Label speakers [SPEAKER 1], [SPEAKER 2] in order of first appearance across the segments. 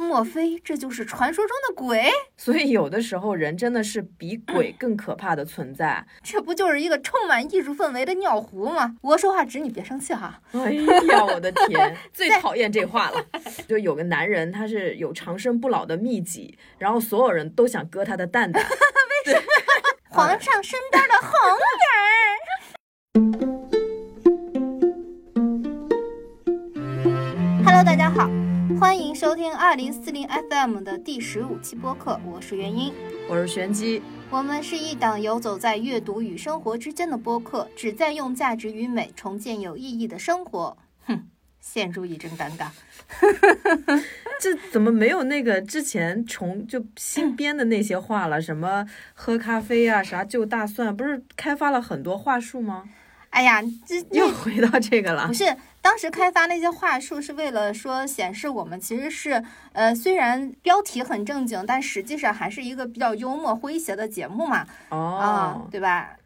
[SPEAKER 1] 莫非这就是传说中的鬼？
[SPEAKER 2] 所以有的时候人真的是比鬼更可怕的存在。
[SPEAKER 1] 这不就是一个充满艺术氛围的尿壶吗？我说话直，你别生气哈。
[SPEAKER 2] 哎呀，我的 天，最讨厌这话了。就有个男人，他是有长生不老的秘籍，然后所有人都想割他的蛋蛋。为什么？
[SPEAKER 1] 皇上身边的红人儿。Hello，大家好，欢迎收听二零四零 FM 的第十五期播客，我是元英。
[SPEAKER 2] 我是玄机，
[SPEAKER 1] 我们是一档游走在阅读与生活之间的播客，旨在用价值与美重建有意义的生活。哼，现主已真尴尬。
[SPEAKER 2] 这怎么没有那个之前重就
[SPEAKER 1] 嗯
[SPEAKER 2] 新编的那些话了？什么喝咖啡啊，啥就大蒜，不是开发了很多话术吗？
[SPEAKER 1] 哎呀，这
[SPEAKER 2] 又回到这个了
[SPEAKER 1] 不。是，当时开发那些话术是为了说显示我们其实是，呃，虽然标题很正经，但实际上还是一个比较幽默诙谐的节目嘛，啊、
[SPEAKER 2] 哦，
[SPEAKER 1] 对吧？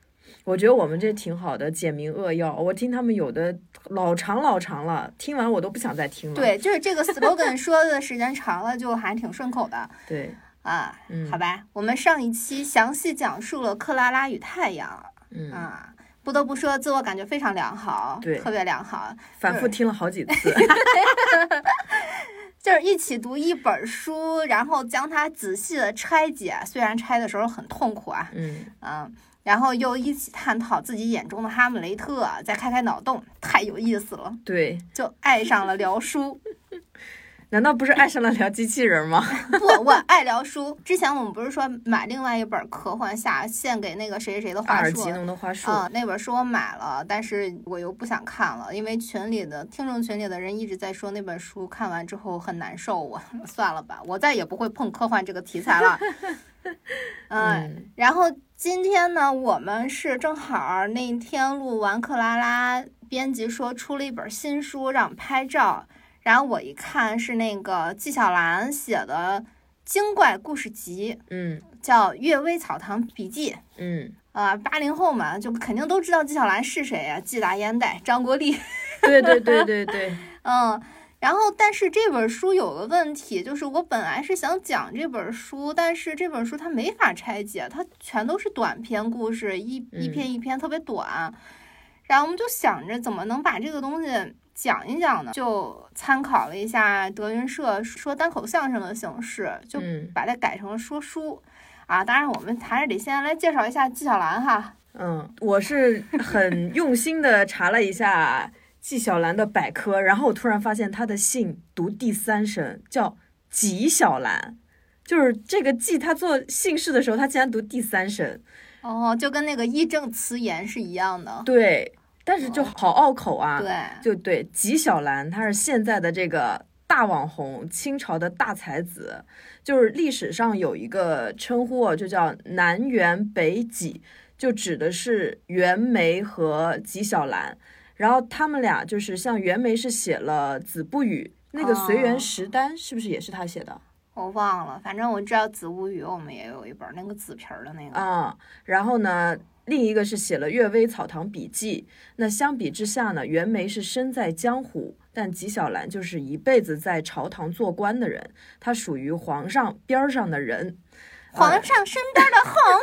[SPEAKER 2] 我觉得我们这挺好的，简明扼要。我听他们有的老长老长了，听完我都不想再听了。
[SPEAKER 1] 对，就是这个 slogan 说的时间长了，就还挺顺口的
[SPEAKER 2] 对，
[SPEAKER 1] 啊。
[SPEAKER 2] 嗯，
[SPEAKER 1] 好吧，我们上一期详细讲述了克拉拉与太阳
[SPEAKER 2] 嗯，
[SPEAKER 1] 啊，不得不说自我感觉非常良好，
[SPEAKER 2] 对
[SPEAKER 1] 特别良好，
[SPEAKER 2] 反复听了好几次。
[SPEAKER 1] 就是一起读一本书，然后将它仔细的拆解，虽然拆的时候很痛苦啊，
[SPEAKER 2] 嗯，
[SPEAKER 1] 嗯，然后又一起探讨自己眼中的哈姆雷特，啊再开开脑洞，太有意思了，
[SPEAKER 2] 对，
[SPEAKER 1] 就爱上了聊书。
[SPEAKER 2] 难道不是爱上了聊机器 人吗？
[SPEAKER 1] 不，我爱聊书。之前我们不是说买另外一本科幻下献给那个谁谁谁的
[SPEAKER 2] 阿
[SPEAKER 1] 话
[SPEAKER 2] 尔
[SPEAKER 1] 术
[SPEAKER 2] 吉农的话术。
[SPEAKER 1] 啊、那本书我买了，但是我又不想看了，因为群里的听众群里的人一直在说那本书看完之后很难受，我 算了吧，我再也不会碰科幻这个题材了。嗯，
[SPEAKER 2] 嗯，
[SPEAKER 1] 然后今天呢，我们是正好儿那天录完克拉拉，编辑说出了一本新书让我拍照，然后我一看是那个纪晓岚写的精怪故事集，
[SPEAKER 2] 嗯
[SPEAKER 1] 叫《阅微草堂笔记》。
[SPEAKER 2] 嗯，
[SPEAKER 1] 啊，八零后嘛，就肯定都知道纪晓岚是谁呀、纪大烟袋、张国立，
[SPEAKER 2] 对对对对对，
[SPEAKER 1] 嗯。然后，但是这本书有个问题，就是我本来是想讲这本书，但是这本书它没法拆解，它全都是短篇故事，一一
[SPEAKER 2] 嗯
[SPEAKER 1] 篇一篇特别短。然后我们就想着怎么能把这个东西讲一讲呢？就参考了一下德云社说单口相声的形式，就
[SPEAKER 2] 嗯
[SPEAKER 1] 把它改成了说书。啊，当然我们还是得先来介绍一下纪晓岚哈，
[SPEAKER 2] 嗯，我是很用心的查了一下纪晓岚的百科，然后我突然发现他的姓读第三声，叫纪晓岚，就是这个纪，他做姓氏的时候，他竟然读第三声，
[SPEAKER 1] 哦，就跟那个一正词言是一样的。
[SPEAKER 2] 对，但是就好拗口啊，
[SPEAKER 1] 对，
[SPEAKER 2] 就对，纪晓岚他是现在的这个大网红，清朝的大才子，就是历史上有一个称呼啊，就叫南园北纪，就指的是袁枚和纪晓岚。然后他们俩就是像袁枚是写了《子不语》，那个《随园
[SPEAKER 1] 哦
[SPEAKER 2] 食单》是不是也是他写的？
[SPEAKER 1] 我忘了，反正我知道《子午语》，我们也有一本那个紫皮儿的那个。
[SPEAKER 2] 啊、然后呢，另一个是写了《阅微草堂笔记》。那相比之下呢，袁枚是身在江湖，但纪晓岚就是一辈子在朝堂做官的人，他属于皇上边儿上的人。
[SPEAKER 1] 皇
[SPEAKER 2] 嗯
[SPEAKER 1] 上身边的红人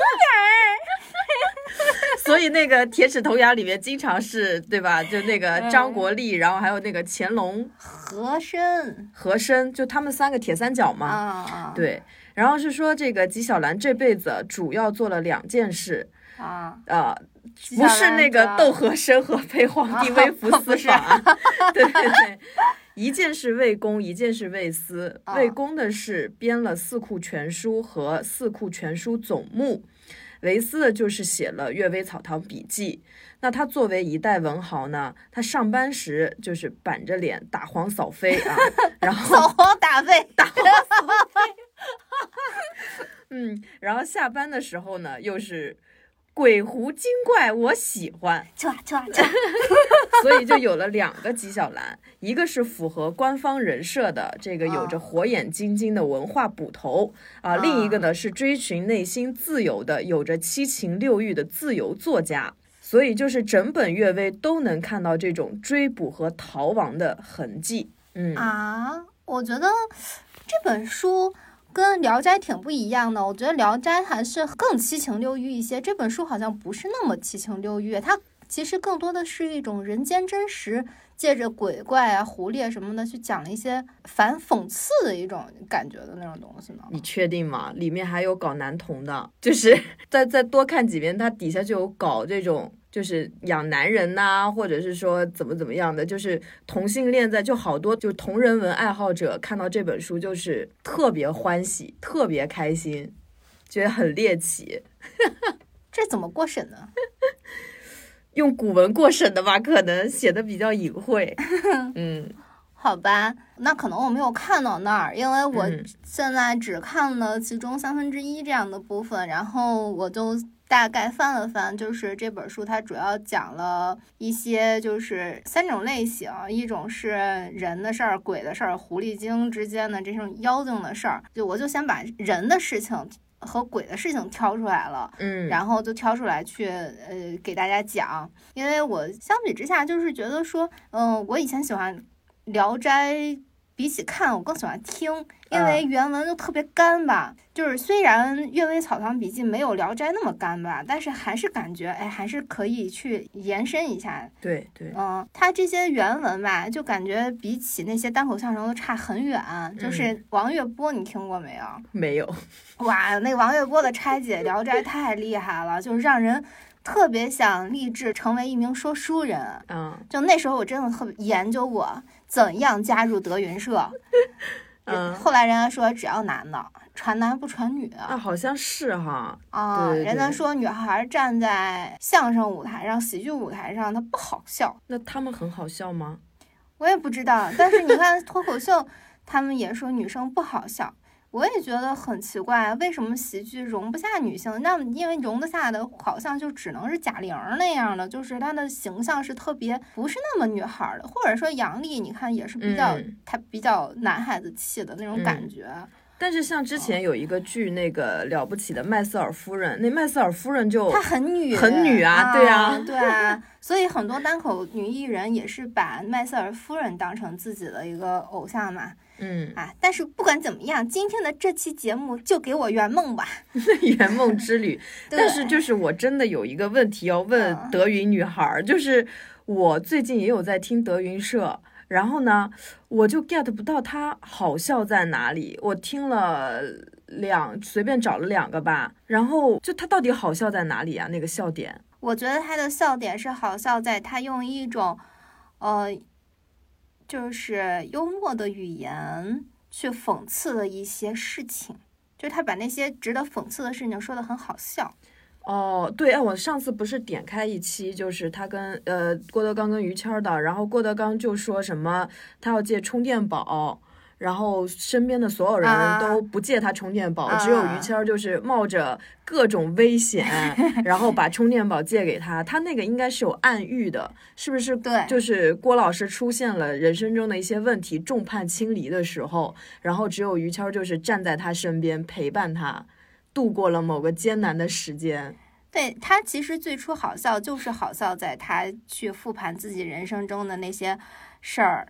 [SPEAKER 2] 所以那个《铁齿铜牙》里面经常是对吧？就那个张国立，然后还有那个乾隆、
[SPEAKER 1] 儿和珅
[SPEAKER 2] 和珅，就他们三个铁三角嘛。
[SPEAKER 1] 啊，
[SPEAKER 2] 对，然后是说这个纪晓岚这辈子主要做了两件事，
[SPEAKER 1] 啊，
[SPEAKER 2] 呃，
[SPEAKER 1] 纪
[SPEAKER 2] 不
[SPEAKER 1] 晓
[SPEAKER 2] 是
[SPEAKER 1] 岚
[SPEAKER 2] 那个
[SPEAKER 1] 的
[SPEAKER 2] 窦和珅 和被皇帝微服
[SPEAKER 1] 啊不
[SPEAKER 2] 私
[SPEAKER 1] 是
[SPEAKER 2] 访啊， 对对对，一件是魏公，一件是魏私。
[SPEAKER 1] 啊
[SPEAKER 2] 魏公的是编了《四库全书》和《四库全书总目》，维斯的就是写了《阅微草堂笔记》。那他作为一代文豪呢，他上班时就是板着脸打黄扫飞 啊，然后
[SPEAKER 1] 扫黄打非，
[SPEAKER 2] 嗯，然后下班的时候呢，又是鬼狐精怪，我喜欢。
[SPEAKER 1] 去啊去啊去啊！
[SPEAKER 2] 所以就有了两个纪晓岚，一个是符合官方人设的这个有着火眼金睛的文化捕头啊，另一个呢是追寻内心自由的，有着七情六欲的自由作家。所以就是整本《阅微》都能看到这种追捕和逃亡的痕迹。嗯
[SPEAKER 1] 啊，我觉得这本书跟《聊斋》挺不一样的，我觉得《聊斋》还是更七情六欲一些，这本书好像不是那么七情六欲，它其实更多的是一种人间真实，借着鬼怪啊、狐狸啊什么的去讲了一些反讽刺的一种感觉的那种东西呢。
[SPEAKER 2] 你确定吗？里面还有搞男童的，就是 再再多看几遍，它底下就有搞这种。就是养男人呐、或者是说怎么怎么样的，就是同性恋在就好多就同人文爱好者看到这本书就是特别欢喜，特别开心，觉得很猎奇。
[SPEAKER 1] 这怎么过审呢？
[SPEAKER 2] 用古文过审的吧，可能写的比较隐 晦。嗯，
[SPEAKER 1] 好吧，那可能我没有看到那儿，因为我
[SPEAKER 2] 嗯
[SPEAKER 1] 现在只看了其中三分之一这样的部分，然后我就大概翻了翻，就是这本书它主要讲了一些就是三种类型，一种是人的事儿、鬼的事儿、狐狸精之间的这种妖精的事儿，就我就先把人的事情和鬼的事情挑出来了。
[SPEAKER 2] 嗯，
[SPEAKER 1] 然后就挑出来去呃给大家讲，因为我相比之下就是觉得说，嗯、我以前喜欢《聊斋》，比起看我更喜欢听，因
[SPEAKER 2] 嗯
[SPEAKER 1] 为原文就特别干吧。就是虽然《阅微草堂笔记》没有《聊斋》那么干吧，但是还是感觉哎还是可以去延伸一下
[SPEAKER 2] 对对，
[SPEAKER 1] 嗯，它这些原文吧，就感觉比起那些单口相声都差很远。
[SPEAKER 2] 嗯
[SPEAKER 1] 就是王月波，你听过没有？
[SPEAKER 2] 没有，
[SPEAKER 1] 哇，那王月波的拆解《聊斋》太厉害了，就是让人特别想立志成为一名说书人。
[SPEAKER 2] 嗯
[SPEAKER 1] 就那时候我真的特别研究我怎样加入德云社，
[SPEAKER 2] 嗯
[SPEAKER 1] 后来人家说只要男的，传男不传女
[SPEAKER 2] 啊，好像是哈，
[SPEAKER 1] 啊。
[SPEAKER 2] 对对
[SPEAKER 1] 人家
[SPEAKER 2] 对
[SPEAKER 1] 说女孩站在相声舞台上、喜剧舞台上，她不好笑。
[SPEAKER 2] 那他们很好笑吗？
[SPEAKER 1] 我也不知道，但是你看脱口秀，他们也说女生不好笑，我也觉得很奇怪，啊为什么喜剧容不下女性？那因为容得下的，好像就只能是贾玲儿那样的，就是她的形象是特别不是那么女孩儿的，或者说杨笠，你看也是比较、
[SPEAKER 2] 嗯
[SPEAKER 1] 她比较男孩子气的那种感
[SPEAKER 2] 嗯
[SPEAKER 1] 觉。
[SPEAKER 2] 但是像之前有一个剧，那个了不起的麦瑟尔夫人，那麦瑟尔夫人就
[SPEAKER 1] 她很女，
[SPEAKER 2] 哦很女啊对啊
[SPEAKER 1] 对啊，所以很多单口女艺人也是把麦瑟尔夫人当成自己的一个偶像嘛。
[SPEAKER 2] 嗯，
[SPEAKER 1] 啊，但是不管怎么样，今天的这期节目就给我圆梦吧。
[SPEAKER 2] 圆梦之旅。
[SPEAKER 1] 对
[SPEAKER 2] 但是就是我真的有一个问题要问
[SPEAKER 1] 嗯
[SPEAKER 2] 德云女孩儿，就是我最近也有在听德云社，然后呢，我就 get 不到它好笑在哪里。我听了两，随便找了两个吧，然后就它到底好笑在哪里啊？那个笑点，
[SPEAKER 1] 我觉得他的笑点是好笑在他用一种，呃，就是幽默的语言去讽刺了一些事情，就是他把那些值得讽刺的事情说的很好笑。
[SPEAKER 2] 哦，对，哎，我上次不是点开一期，就是他跟呃郭德纲跟于谦儿的，然后郭德纲就说什么他要借充电宝，然后身边的所有人
[SPEAKER 1] 啊
[SPEAKER 2] 都不借他充电宝，只有
[SPEAKER 1] 啊
[SPEAKER 2] 于谦儿就是冒着各种 危险，然后把充电宝借给他。他那个应该是有暗喻的，是不是？
[SPEAKER 1] 对
[SPEAKER 2] 就是郭老师出现了人生中的一些问题，众叛亲离的时候，然后只有于谦儿就是站在他身边陪伴他，度过了某个艰难的时间。
[SPEAKER 1] 对他其实最初好笑就是好笑在他去复盘自己人生中的那些事儿，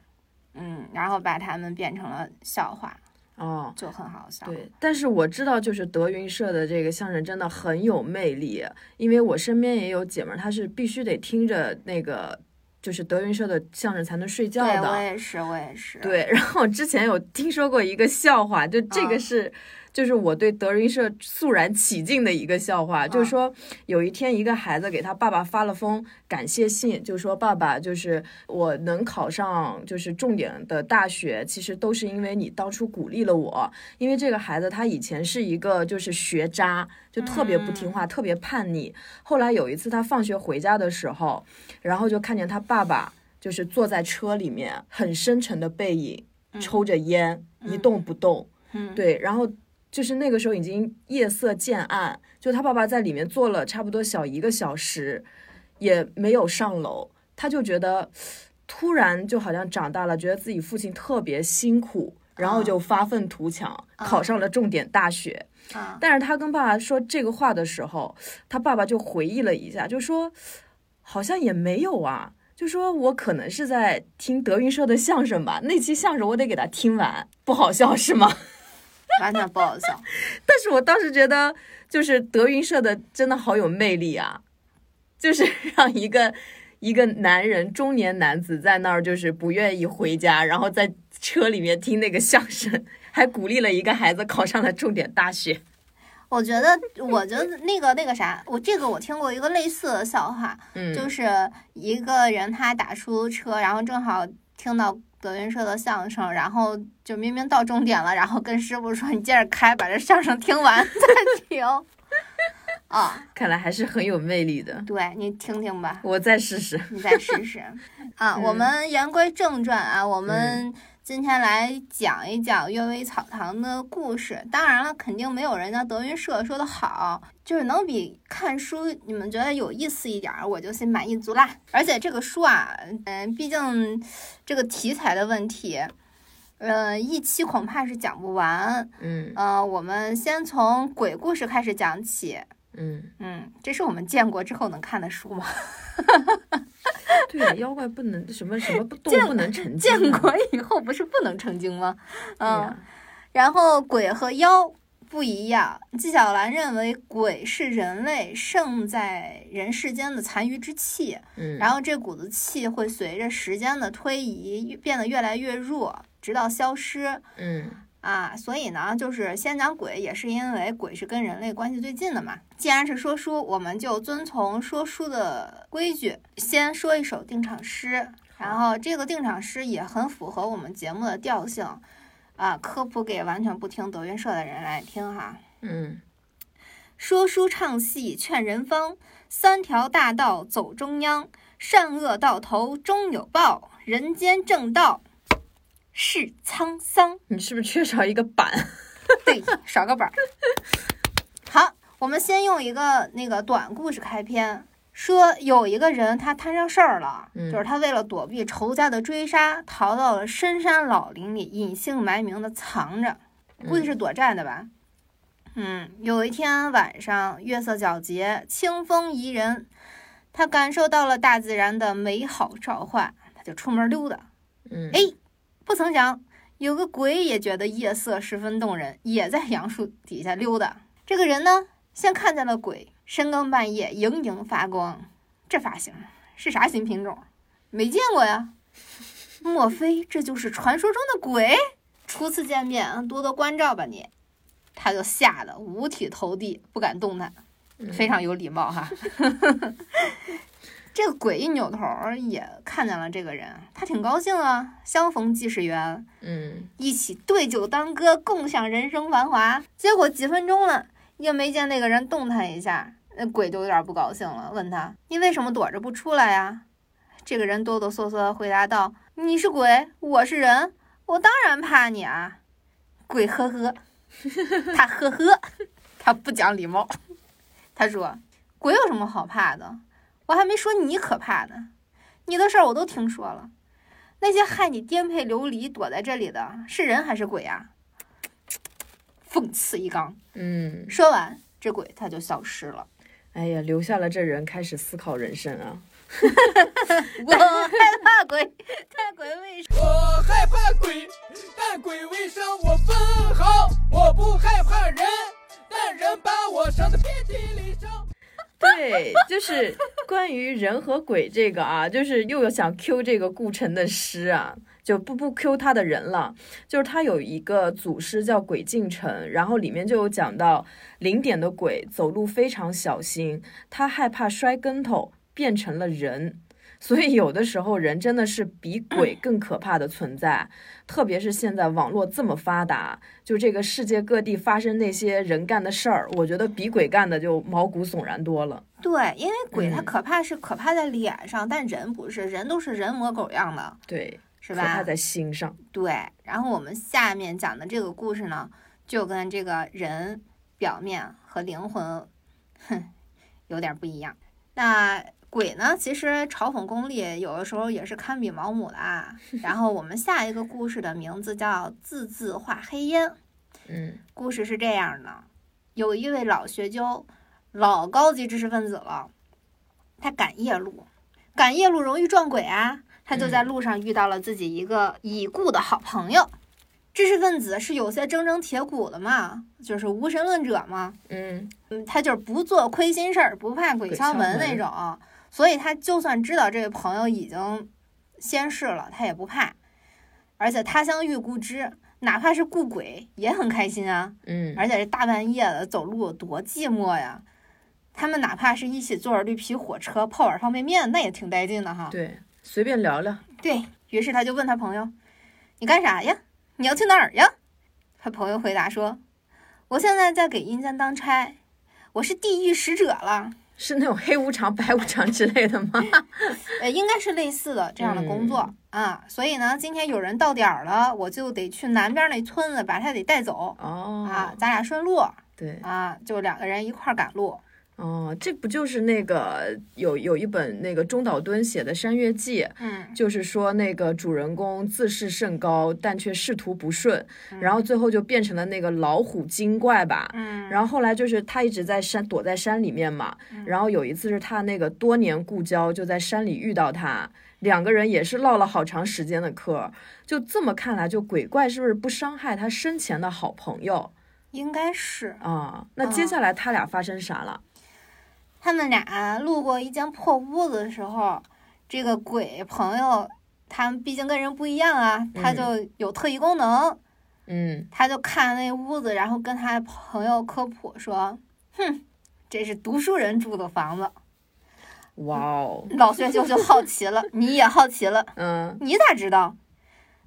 [SPEAKER 1] 嗯，然后把他们变成了笑话，
[SPEAKER 2] 哦，
[SPEAKER 1] 就很好笑。
[SPEAKER 2] 对，但是我知道，就是德云社的这个相声真的很有魅力，因为我身边也有姐们儿，她是必须得听着那个就是德云社的相声才能睡觉
[SPEAKER 1] 对，我
[SPEAKER 2] 的。
[SPEAKER 1] 也是，我也是。
[SPEAKER 2] 对，然后之前有听说过一个笑话，就这个
[SPEAKER 1] 嗯
[SPEAKER 2] 是，就是我对德云社肃然起敬的一个笑话，就
[SPEAKER 1] 嗯
[SPEAKER 2] 是说有一天一个孩子给他爸爸发了封感谢信，就说爸爸就是我能考上就是重点的大学，其实都是因为你当初鼓励了我，因为这个孩子他以前是一个就是学渣，就特别不听话，特别叛逆。后来有一次他放学回家的时候，然后就看见他爸爸就是坐在车里面，很深沉的背影，抽着烟，一动不动。
[SPEAKER 1] 嗯
[SPEAKER 2] 对，然后就是那个时候已经夜色渐暗，就他爸爸在里面坐了差不多小一个小时，也没有上楼，他就觉得突然就好像长大了，觉得自己父亲特别辛苦，然后就发愤图强，考上了重点大学。
[SPEAKER 1] 啊，
[SPEAKER 2] 但是他跟爸爸说这个话的时候，他爸爸就回忆了一下，就说好像也没有啊。就说我可能是在听德云社的相声吧，那期相声我得给他听完，不好笑是吗？
[SPEAKER 1] 完全不好笑。
[SPEAKER 2] 但是我当时觉得，就是德云社的真的好有魅力啊，就是 让一个一个男人中年男子在那儿就是不愿意回家，然后在车里面听那个相声，还鼓励了一个孩子考上了重点大学。
[SPEAKER 1] 我觉得，我觉得那个那个啥，我这个我听过一个类似的笑话，
[SPEAKER 2] 嗯，
[SPEAKER 1] 就是一个人他打出租车，然后正好听到德云社的相声，然后就明明到终点了，然后跟师傅说：“你接着开，把这相声听完再停。” 啊，
[SPEAKER 2] 看来还是很有魅力的。
[SPEAKER 1] 对你听听吧，
[SPEAKER 2] 我再试试。
[SPEAKER 1] 你再试试。啊，我们言归正传啊，我们今天来讲一讲阅微草堂的故事。当然了，肯定没有人家德云社说的好，就是能比看书你们觉得有意思一点儿，我就心满意足啦。而且这个书啊，嗯、毕竟这个题材的问题，呃，一期恐怕是讲不完。
[SPEAKER 2] 嗯
[SPEAKER 1] 呃，我们先从鬼故事开始讲起。
[SPEAKER 2] 嗯，
[SPEAKER 1] 嗯，这是我们建国之后能看的书吗？
[SPEAKER 2] 对，妖怪不能什么什么不动
[SPEAKER 1] 见
[SPEAKER 2] 不能成精
[SPEAKER 1] 建
[SPEAKER 2] 啊。
[SPEAKER 1] 国以后不是不能成精吗？
[SPEAKER 2] 对
[SPEAKER 1] 嗯，
[SPEAKER 2] 呀
[SPEAKER 1] 然后鬼和妖不一样。纪晓岚认为鬼是人类剩在人世间的残余之气，
[SPEAKER 2] 嗯，
[SPEAKER 1] 然后这股子气会随着时间的推移越变得越来越弱，直到消失。
[SPEAKER 2] 嗯
[SPEAKER 1] 啊，所以呢，就是先讲鬼，也是因为鬼是跟人类关系最近的嘛。既然是说书，我们就遵从说书的规矩，先说一首定场诗，然后这个定场诗也很符合我们节目的调性，啊，科普给完全不听德云社的人来听哈。
[SPEAKER 2] 嗯
[SPEAKER 1] 说书唱戏劝人方，三条大道走中央，善恶到头终有报，人间正道是沧桑。
[SPEAKER 2] 你是不是缺少一个板？
[SPEAKER 1] 对，少个板儿。好，我们先用一个那个短故事开篇，说有一个人他摊上事儿了，
[SPEAKER 2] 嗯
[SPEAKER 1] 就是他为了躲避仇家的追杀，逃到了深山老林里，隐姓埋名的藏着，估计是躲债的吧。嗯，有一天晚上，月色皎洁，清风宜人，他感受到了大自然的美好召唤，他就出门溜达。
[SPEAKER 2] 嗯
[SPEAKER 1] 哎不曾想，有个鬼也觉得夜色十分动人，也在杨树底下溜达。这个人呢，先看见了鬼，深更半夜盈盈发光，这发型是啥新品种？没见过呀！莫非这就是传说中的鬼？初次见面，多多关照吧你。他就吓得五体投地，不敢动弹，非常有礼貌哈。这个鬼一扭头儿也看见了这个人，他挺高兴啊，相逢即是缘。
[SPEAKER 2] 嗯
[SPEAKER 1] 一起对酒当歌，共享人生繁华。结果几分钟了，也没见那个人动弹一下，那鬼就有点不高兴了，问他：“你为什么躲着不出来呀、这个人哆哆嗦嗦地回答道：“你是鬼，我是人，我当然怕你啊。”鬼呵呵，他呵呵，他不讲礼貌。他说：“鬼有什么好怕的？我还没说你可怕呢，你的事儿我都听说了。”那些害你颠沛流离躲在这里的是人还是鬼啊？讽刺一刚，
[SPEAKER 2] 嗯，
[SPEAKER 1] 说完这鬼他就消失 了。
[SPEAKER 2] 哎呀，留下了这人开始思考人生啊。
[SPEAKER 1] 我害怕鬼，但鬼为什么？
[SPEAKER 3] 我害怕鬼，但鬼为伤我分毫。我不害怕人，但人把我伤得遍体鳞伤。
[SPEAKER 2] 对，就是关于人和鬼这个啊，就是又想 Q 这个顾城的诗啊，就不不 Q 他的人了。就是他有一个组诗叫《鬼进城》，然后里面就有讲到零点的鬼走路非常小心，他害怕摔跟头，变成了人。所以有的时候人真的是比鬼更可怕的存在，特别是现在网络这么发达，就这个世界各地发生那些人干的事儿，我觉得比鬼干的就毛骨悚然多了。
[SPEAKER 1] 对，因为鬼它
[SPEAKER 2] 嗯
[SPEAKER 1] 可怕是可怕在脸上，但人不是，人都是人模狗样的，
[SPEAKER 2] 对，
[SPEAKER 1] 是
[SPEAKER 2] 可怕
[SPEAKER 1] 吧？
[SPEAKER 2] 在心上。
[SPEAKER 1] 对。然后我们下面讲的这个故事呢，就跟这个人表面和灵魂，哼，有点不一样。那鬼呢，其实嘲讽功力有的时候也是堪比毛姆的啊。然后我们下一个故事的名字叫《字字化黑烟》。
[SPEAKER 2] 嗯
[SPEAKER 1] 故事是这样的：有一位老学究，老高级知识分子了，他赶夜路，赶夜路容易撞鬼啊，他就在路上遇到了自己一个已故的好朋友。知识分子是有些铮铮铁骨的嘛，就是无神论者嘛，
[SPEAKER 2] 嗯，
[SPEAKER 1] 嗯，他就是不做亏心事儿，不怕鬼
[SPEAKER 2] 鬼
[SPEAKER 1] 敲
[SPEAKER 2] 敲
[SPEAKER 1] 门那
[SPEAKER 2] 门
[SPEAKER 1] 种，所以他就算知道这位朋友已经仙逝了，他也不怕，而且他乡遇故知，哪怕是故鬼也很开心啊。
[SPEAKER 2] 嗯，
[SPEAKER 1] 而且这大半夜的走路多寂寞呀！他们哪怕是一起坐着绿皮火车泡碗方便面，那也挺带劲的哈。
[SPEAKER 2] 对，随便聊聊，
[SPEAKER 1] 对于是，他就问他朋友：“你干啥呀？你要去哪儿呀？”他朋友回答说：“我现在在给阴间当差，我是地狱使者了。
[SPEAKER 2] 是那种黑无常、白无常之类的吗？
[SPEAKER 1] 呃，应该是类似的这样的工作、
[SPEAKER 2] 嗯
[SPEAKER 1] 啊。所以呢，今天有人到点儿了，我就得去南边那村子把他得带走
[SPEAKER 2] 哦，
[SPEAKER 1] 啊，咱俩顺路
[SPEAKER 2] 对，
[SPEAKER 1] 啊，就两个人一块儿赶路。
[SPEAKER 2] 哦，这不就是那个有有一本那个中岛敦写的《山月记》，
[SPEAKER 1] 嗯，
[SPEAKER 2] 就是说那个主人公自视甚高，但却仕途不顺，然后最后就变成了那个老虎精怪吧。
[SPEAKER 1] 嗯
[SPEAKER 2] 然后后来就是他一直在山躲在山里面嘛，然后有一次是他那个多年故交就在山里遇到他，两个人也是唠了好长时间的嗑。就这么看来，就鬼怪是不是不伤害他生前的好朋友
[SPEAKER 1] 应该是。
[SPEAKER 2] 啊？那接下来他俩发生啥了？
[SPEAKER 1] 他们俩路过一间破屋子的时候，这个鬼朋友他们毕竟跟人不一样啊，他就有特异功能，
[SPEAKER 2] 嗯，
[SPEAKER 1] 他就看那屋子，然后跟他朋友科普说：“哼，这是读书人住的房子。
[SPEAKER 2] 哇哦”，
[SPEAKER 1] 老薛就就好奇了，你也好奇了，
[SPEAKER 2] 嗯
[SPEAKER 1] 你咋知道？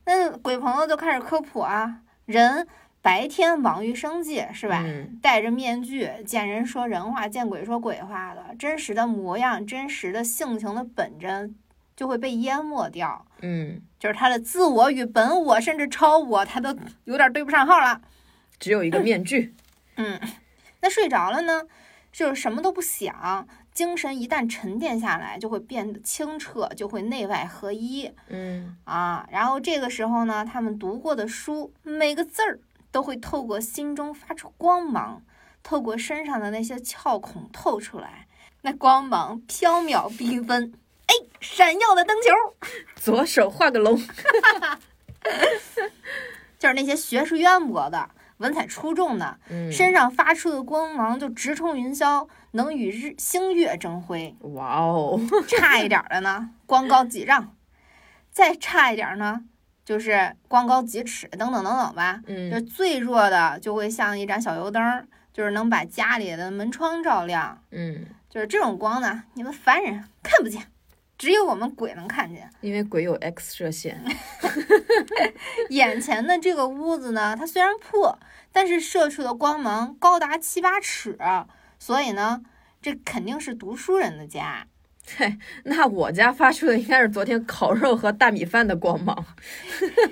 [SPEAKER 1] 那鬼朋友就开始科普啊，人白天忙于生计是吧？
[SPEAKER 2] 嗯
[SPEAKER 1] 戴着面具，见人说人话，见鬼说鬼话的，真实的模样、真实的性情的本真就会被淹没掉，
[SPEAKER 2] 嗯，
[SPEAKER 1] 就是他的自我与本我，甚至超我，他都有点对不上号了。
[SPEAKER 2] 只有一个面具，
[SPEAKER 1] 嗯，那睡着了呢，就是什么都不想，精神一旦沉淀下来，就会变得清澈，就会内外合一
[SPEAKER 2] 嗯
[SPEAKER 1] 啊。然后这个时候呢，他们读过的书，每个字儿都会透过心中发出光芒，透过身上的那些窍孔透出来，那光芒飘渺缤纷，哎，闪耀的灯球。
[SPEAKER 2] 左手画个龙，
[SPEAKER 1] 就是那些学识渊博的、文采出众的，
[SPEAKER 2] 嗯。
[SPEAKER 1] 身上发出的光芒就直冲云霄，能与日星月争辉
[SPEAKER 2] 哇哦，
[SPEAKER 1] 差一点儿的呢，光高几丈；再差一点儿呢，就是光高几尺，等等等等吧。就
[SPEAKER 2] 嗯
[SPEAKER 1] 最弱的就会像一盏小油灯儿，就是能把家里的门窗照亮。
[SPEAKER 2] 嗯，
[SPEAKER 1] 就是这种光呢，你们凡人看不见，只有我们鬼能看见。
[SPEAKER 2] 因为鬼有 X 射线，
[SPEAKER 1] 眼前的这个屋子呢，它虽然破，但是射出的光芒高达七八尺，所以呢，这肯定是读书人的家。
[SPEAKER 2] 那我家发出的应该是昨天烤肉和大米饭的光芒，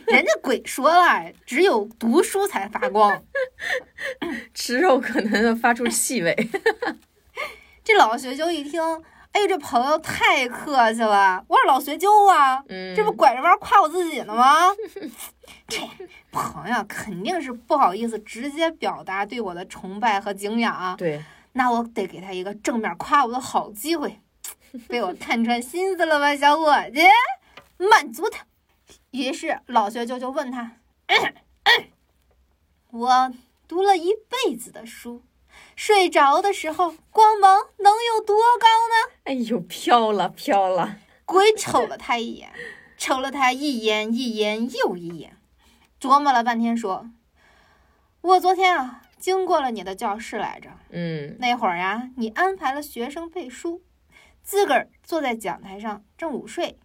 [SPEAKER 1] 人家鬼说了，只有读书才发光。
[SPEAKER 2] 吃肉可能发出气味。
[SPEAKER 1] 这老学究一听，哎呦，这朋友太客气了，我是老学究啊，
[SPEAKER 2] 嗯，
[SPEAKER 1] 这不拐着弯夸我自己呢 吗？这朋友肯定是不好意思直接表达对我的崇拜和敬仰啊。
[SPEAKER 2] 嗯对，
[SPEAKER 1] 那我得给他一个正面夸我的好机会，被我看穿心思了吧，小伙计，满足他。于是老学究就问他：“ 我读了一辈子的书，睡着的时候光芒能有多高呢
[SPEAKER 2] 哎呦，飘了飘了，？”
[SPEAKER 1] 鬼瞅了他一眼，瞅了他一眼，一眼又一眼，琢磨了半天说：“我昨天啊，经过了你的教室来着。”
[SPEAKER 2] 嗯
[SPEAKER 1] 那会儿呀，你安排了学生背书，自个儿坐在讲台上正午睡。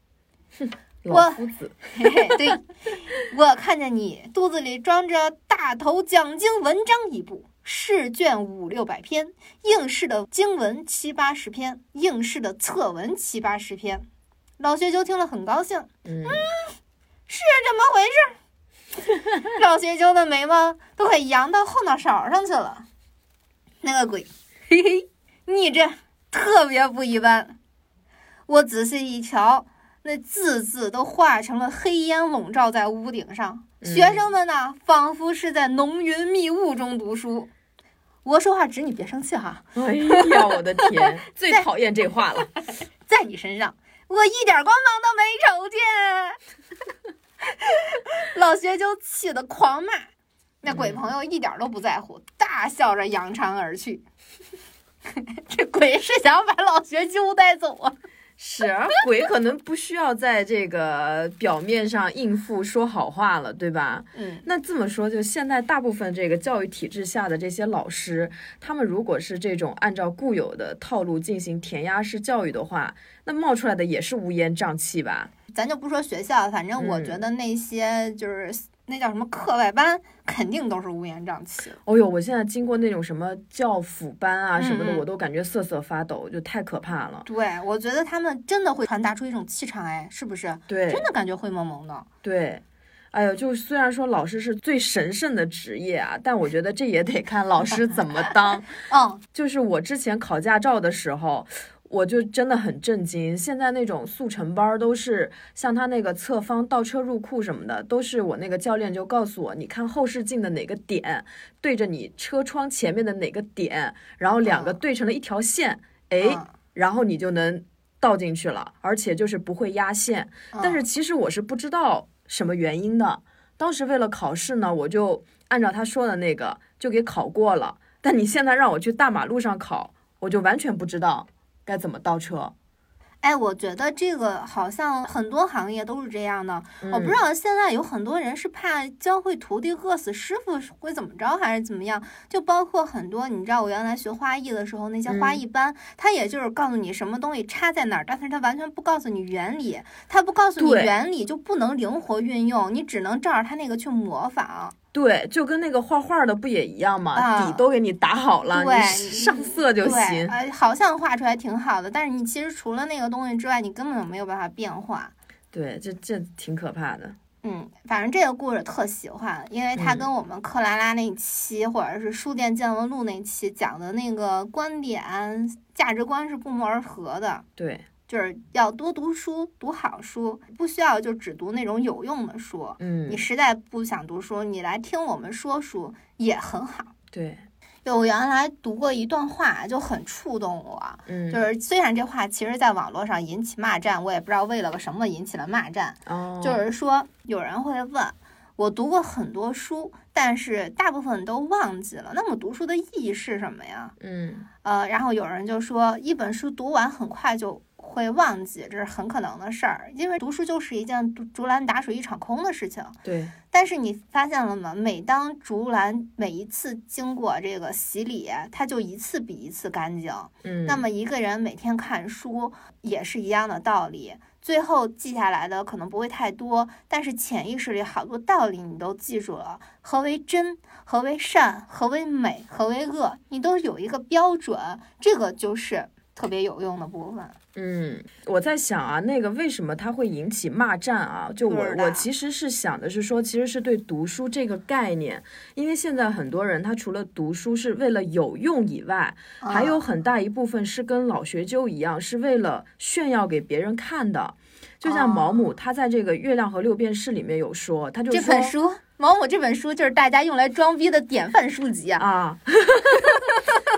[SPEAKER 2] 老夫子，
[SPEAKER 1] 嘿嘿，对， 我看见你肚子里装着大头讲经文章一部，试卷五六百篇，应试的经文七八十篇，应试的策文七八十篇。老学究听了很高兴，
[SPEAKER 2] 嗯，
[SPEAKER 1] 这怎么回事 儿？老学究的眉毛都快扬到后脑勺上去了。那个鬼，嘿嘿，你这特别不一般。我仔细一瞧，那字字都化成了黑烟笼罩在屋顶上，
[SPEAKER 2] 嗯
[SPEAKER 1] 学生们呢，仿佛是在浓云密雾中读书。我说话直，你别生气哈，
[SPEAKER 2] 哎呀，我的天，最讨厌这话了。
[SPEAKER 1] 在你身上我一点光芒都没瞅见。 老薛就气得狂骂，那鬼朋友一点都不在乎，大笑着扬长而去。 这鬼是想把老薛揪带走啊！
[SPEAKER 2] 是啊，鬼可能不需要在这个表面上应付说好话了，对吧？
[SPEAKER 1] 嗯，
[SPEAKER 2] 那这么说，就现在大部分这个教育体制下的这些老师，他们如果是这种按照固有的套路进行填鸭式教育的话，那冒出来的也是乌烟瘴气吧？
[SPEAKER 1] 咱就不说学校，反正我
[SPEAKER 2] 嗯
[SPEAKER 1] 觉得那些就是、那叫什么课外班，肯定都是乌烟瘴气的。
[SPEAKER 2] 哦呦，我现在经过那种什么教辅班啊什么
[SPEAKER 1] 嗯
[SPEAKER 2] 的，
[SPEAKER 1] 嗯
[SPEAKER 2] 我都感觉瑟瑟发抖，就太可怕了。
[SPEAKER 1] 对，我觉得他们真的会传达出一种气场，哎，是不是？
[SPEAKER 2] 对
[SPEAKER 1] 真的感觉灰蒙蒙的。
[SPEAKER 2] 对。哎呦，就虽然说老师是最神圣的职业啊，但我觉得这也得看老师怎么当。
[SPEAKER 1] 嗯，
[SPEAKER 2] 就是我之前考驾照的时候，我就真的很震惊。现在那种速成班儿都是像他那个侧方倒车入库什么的，都是我那个教练就告诉我，你看后视镜的哪个点对着你车窗前面的哪个点，然后两个
[SPEAKER 1] 嗯
[SPEAKER 2] 对成了一条线，哎，
[SPEAKER 1] 嗯
[SPEAKER 2] 然后你就能倒进去了，而且就是不会压线。
[SPEAKER 1] 嗯
[SPEAKER 2] 但是其实我是不知道什么原因的。当时为了考试呢，我就按照他说的那个就给考过了。但你现在让我去大马路上考，我就完全不知道该怎么倒车。
[SPEAKER 1] 哎，我觉得这个好像很多行业都是这样的。我不知
[SPEAKER 2] 嗯
[SPEAKER 1] 道现在有很多人是怕教会徒弟饿死师傅会怎么着，还是怎么样？就包括很多，你知道我原来学花艺的时候，那些花
[SPEAKER 2] 嗯
[SPEAKER 1] 艺班，他也就是告诉你什么东西插在哪儿，但是他完全不告诉你原理，他不告诉你
[SPEAKER 2] 对
[SPEAKER 1] 原理就不能灵活运用，你只能照着他那个去模仿。
[SPEAKER 2] 对，就跟那个画画的不也一样吗？
[SPEAKER 1] 啊
[SPEAKER 2] 底都给你打好了，
[SPEAKER 1] 对
[SPEAKER 2] 你上色就
[SPEAKER 1] 对，
[SPEAKER 2] 行。
[SPEAKER 1] 呃，好像画出来挺好的，但是你其实除了那个东西之外，你根本没有办法变化。
[SPEAKER 2] 对，这这挺可怕的。
[SPEAKER 1] 嗯，反正这个故事特喜欢，因为
[SPEAKER 2] 嗯
[SPEAKER 1] 它跟我们克拉拉那期、或者是书店见闻录那期讲的那个观点、价值观是不谋而合的。
[SPEAKER 2] 对，
[SPEAKER 1] 就是要多读书，读好书，不需要就只读那种有用的书。
[SPEAKER 2] 嗯
[SPEAKER 1] 你，实在不想读书，你来听我们说书也很好。
[SPEAKER 2] 对，
[SPEAKER 1] 就我原来读过一段话，就很触动我。
[SPEAKER 2] 嗯，
[SPEAKER 1] 就是虽然这话其实在网络上引起骂战，我也不知道为了个什么引起了骂战，
[SPEAKER 2] 哦，
[SPEAKER 1] 就是说，有人会问我读过很多书，但是大部分都忘记了。那么读书的意义是什么呀？
[SPEAKER 2] 嗯，
[SPEAKER 1] 呃，然后有人就说，一本书读完很快就会忘记，这是很可能的事儿，因为读书就是一件竹竹篮打水一场空的事情。
[SPEAKER 2] 对，
[SPEAKER 1] 但是你发现了吗？每当竹篮每一次经过这个洗礼，它就一次比一次干净。
[SPEAKER 2] 嗯，
[SPEAKER 1] 那么一个人每天看书也是一样的道理，最后记下来的可能不会太多，但是潜意识里好多道理你都记住了。何为真？何为善？何为美？何为恶？你都有一个标准，这个就是特别有用的部分。
[SPEAKER 2] 嗯，我在想啊，那个为什么它会引起骂战啊？就我
[SPEAKER 1] 是的
[SPEAKER 2] 我其实是想的是说，其实是对读书这个概念，因为现在很多人他除了读书是为了有用以外，还有
[SPEAKER 1] 嗯
[SPEAKER 2] 很大一部分是跟老学究一样，是为了炫耀给别人看的。就像毛姆，他在这个《月亮和六便士》里面有说，他就
[SPEAKER 1] 啊这
[SPEAKER 2] 说
[SPEAKER 1] 本书，毛姆这本书就是大家用来装逼的典范书籍啊。
[SPEAKER 2] 啊。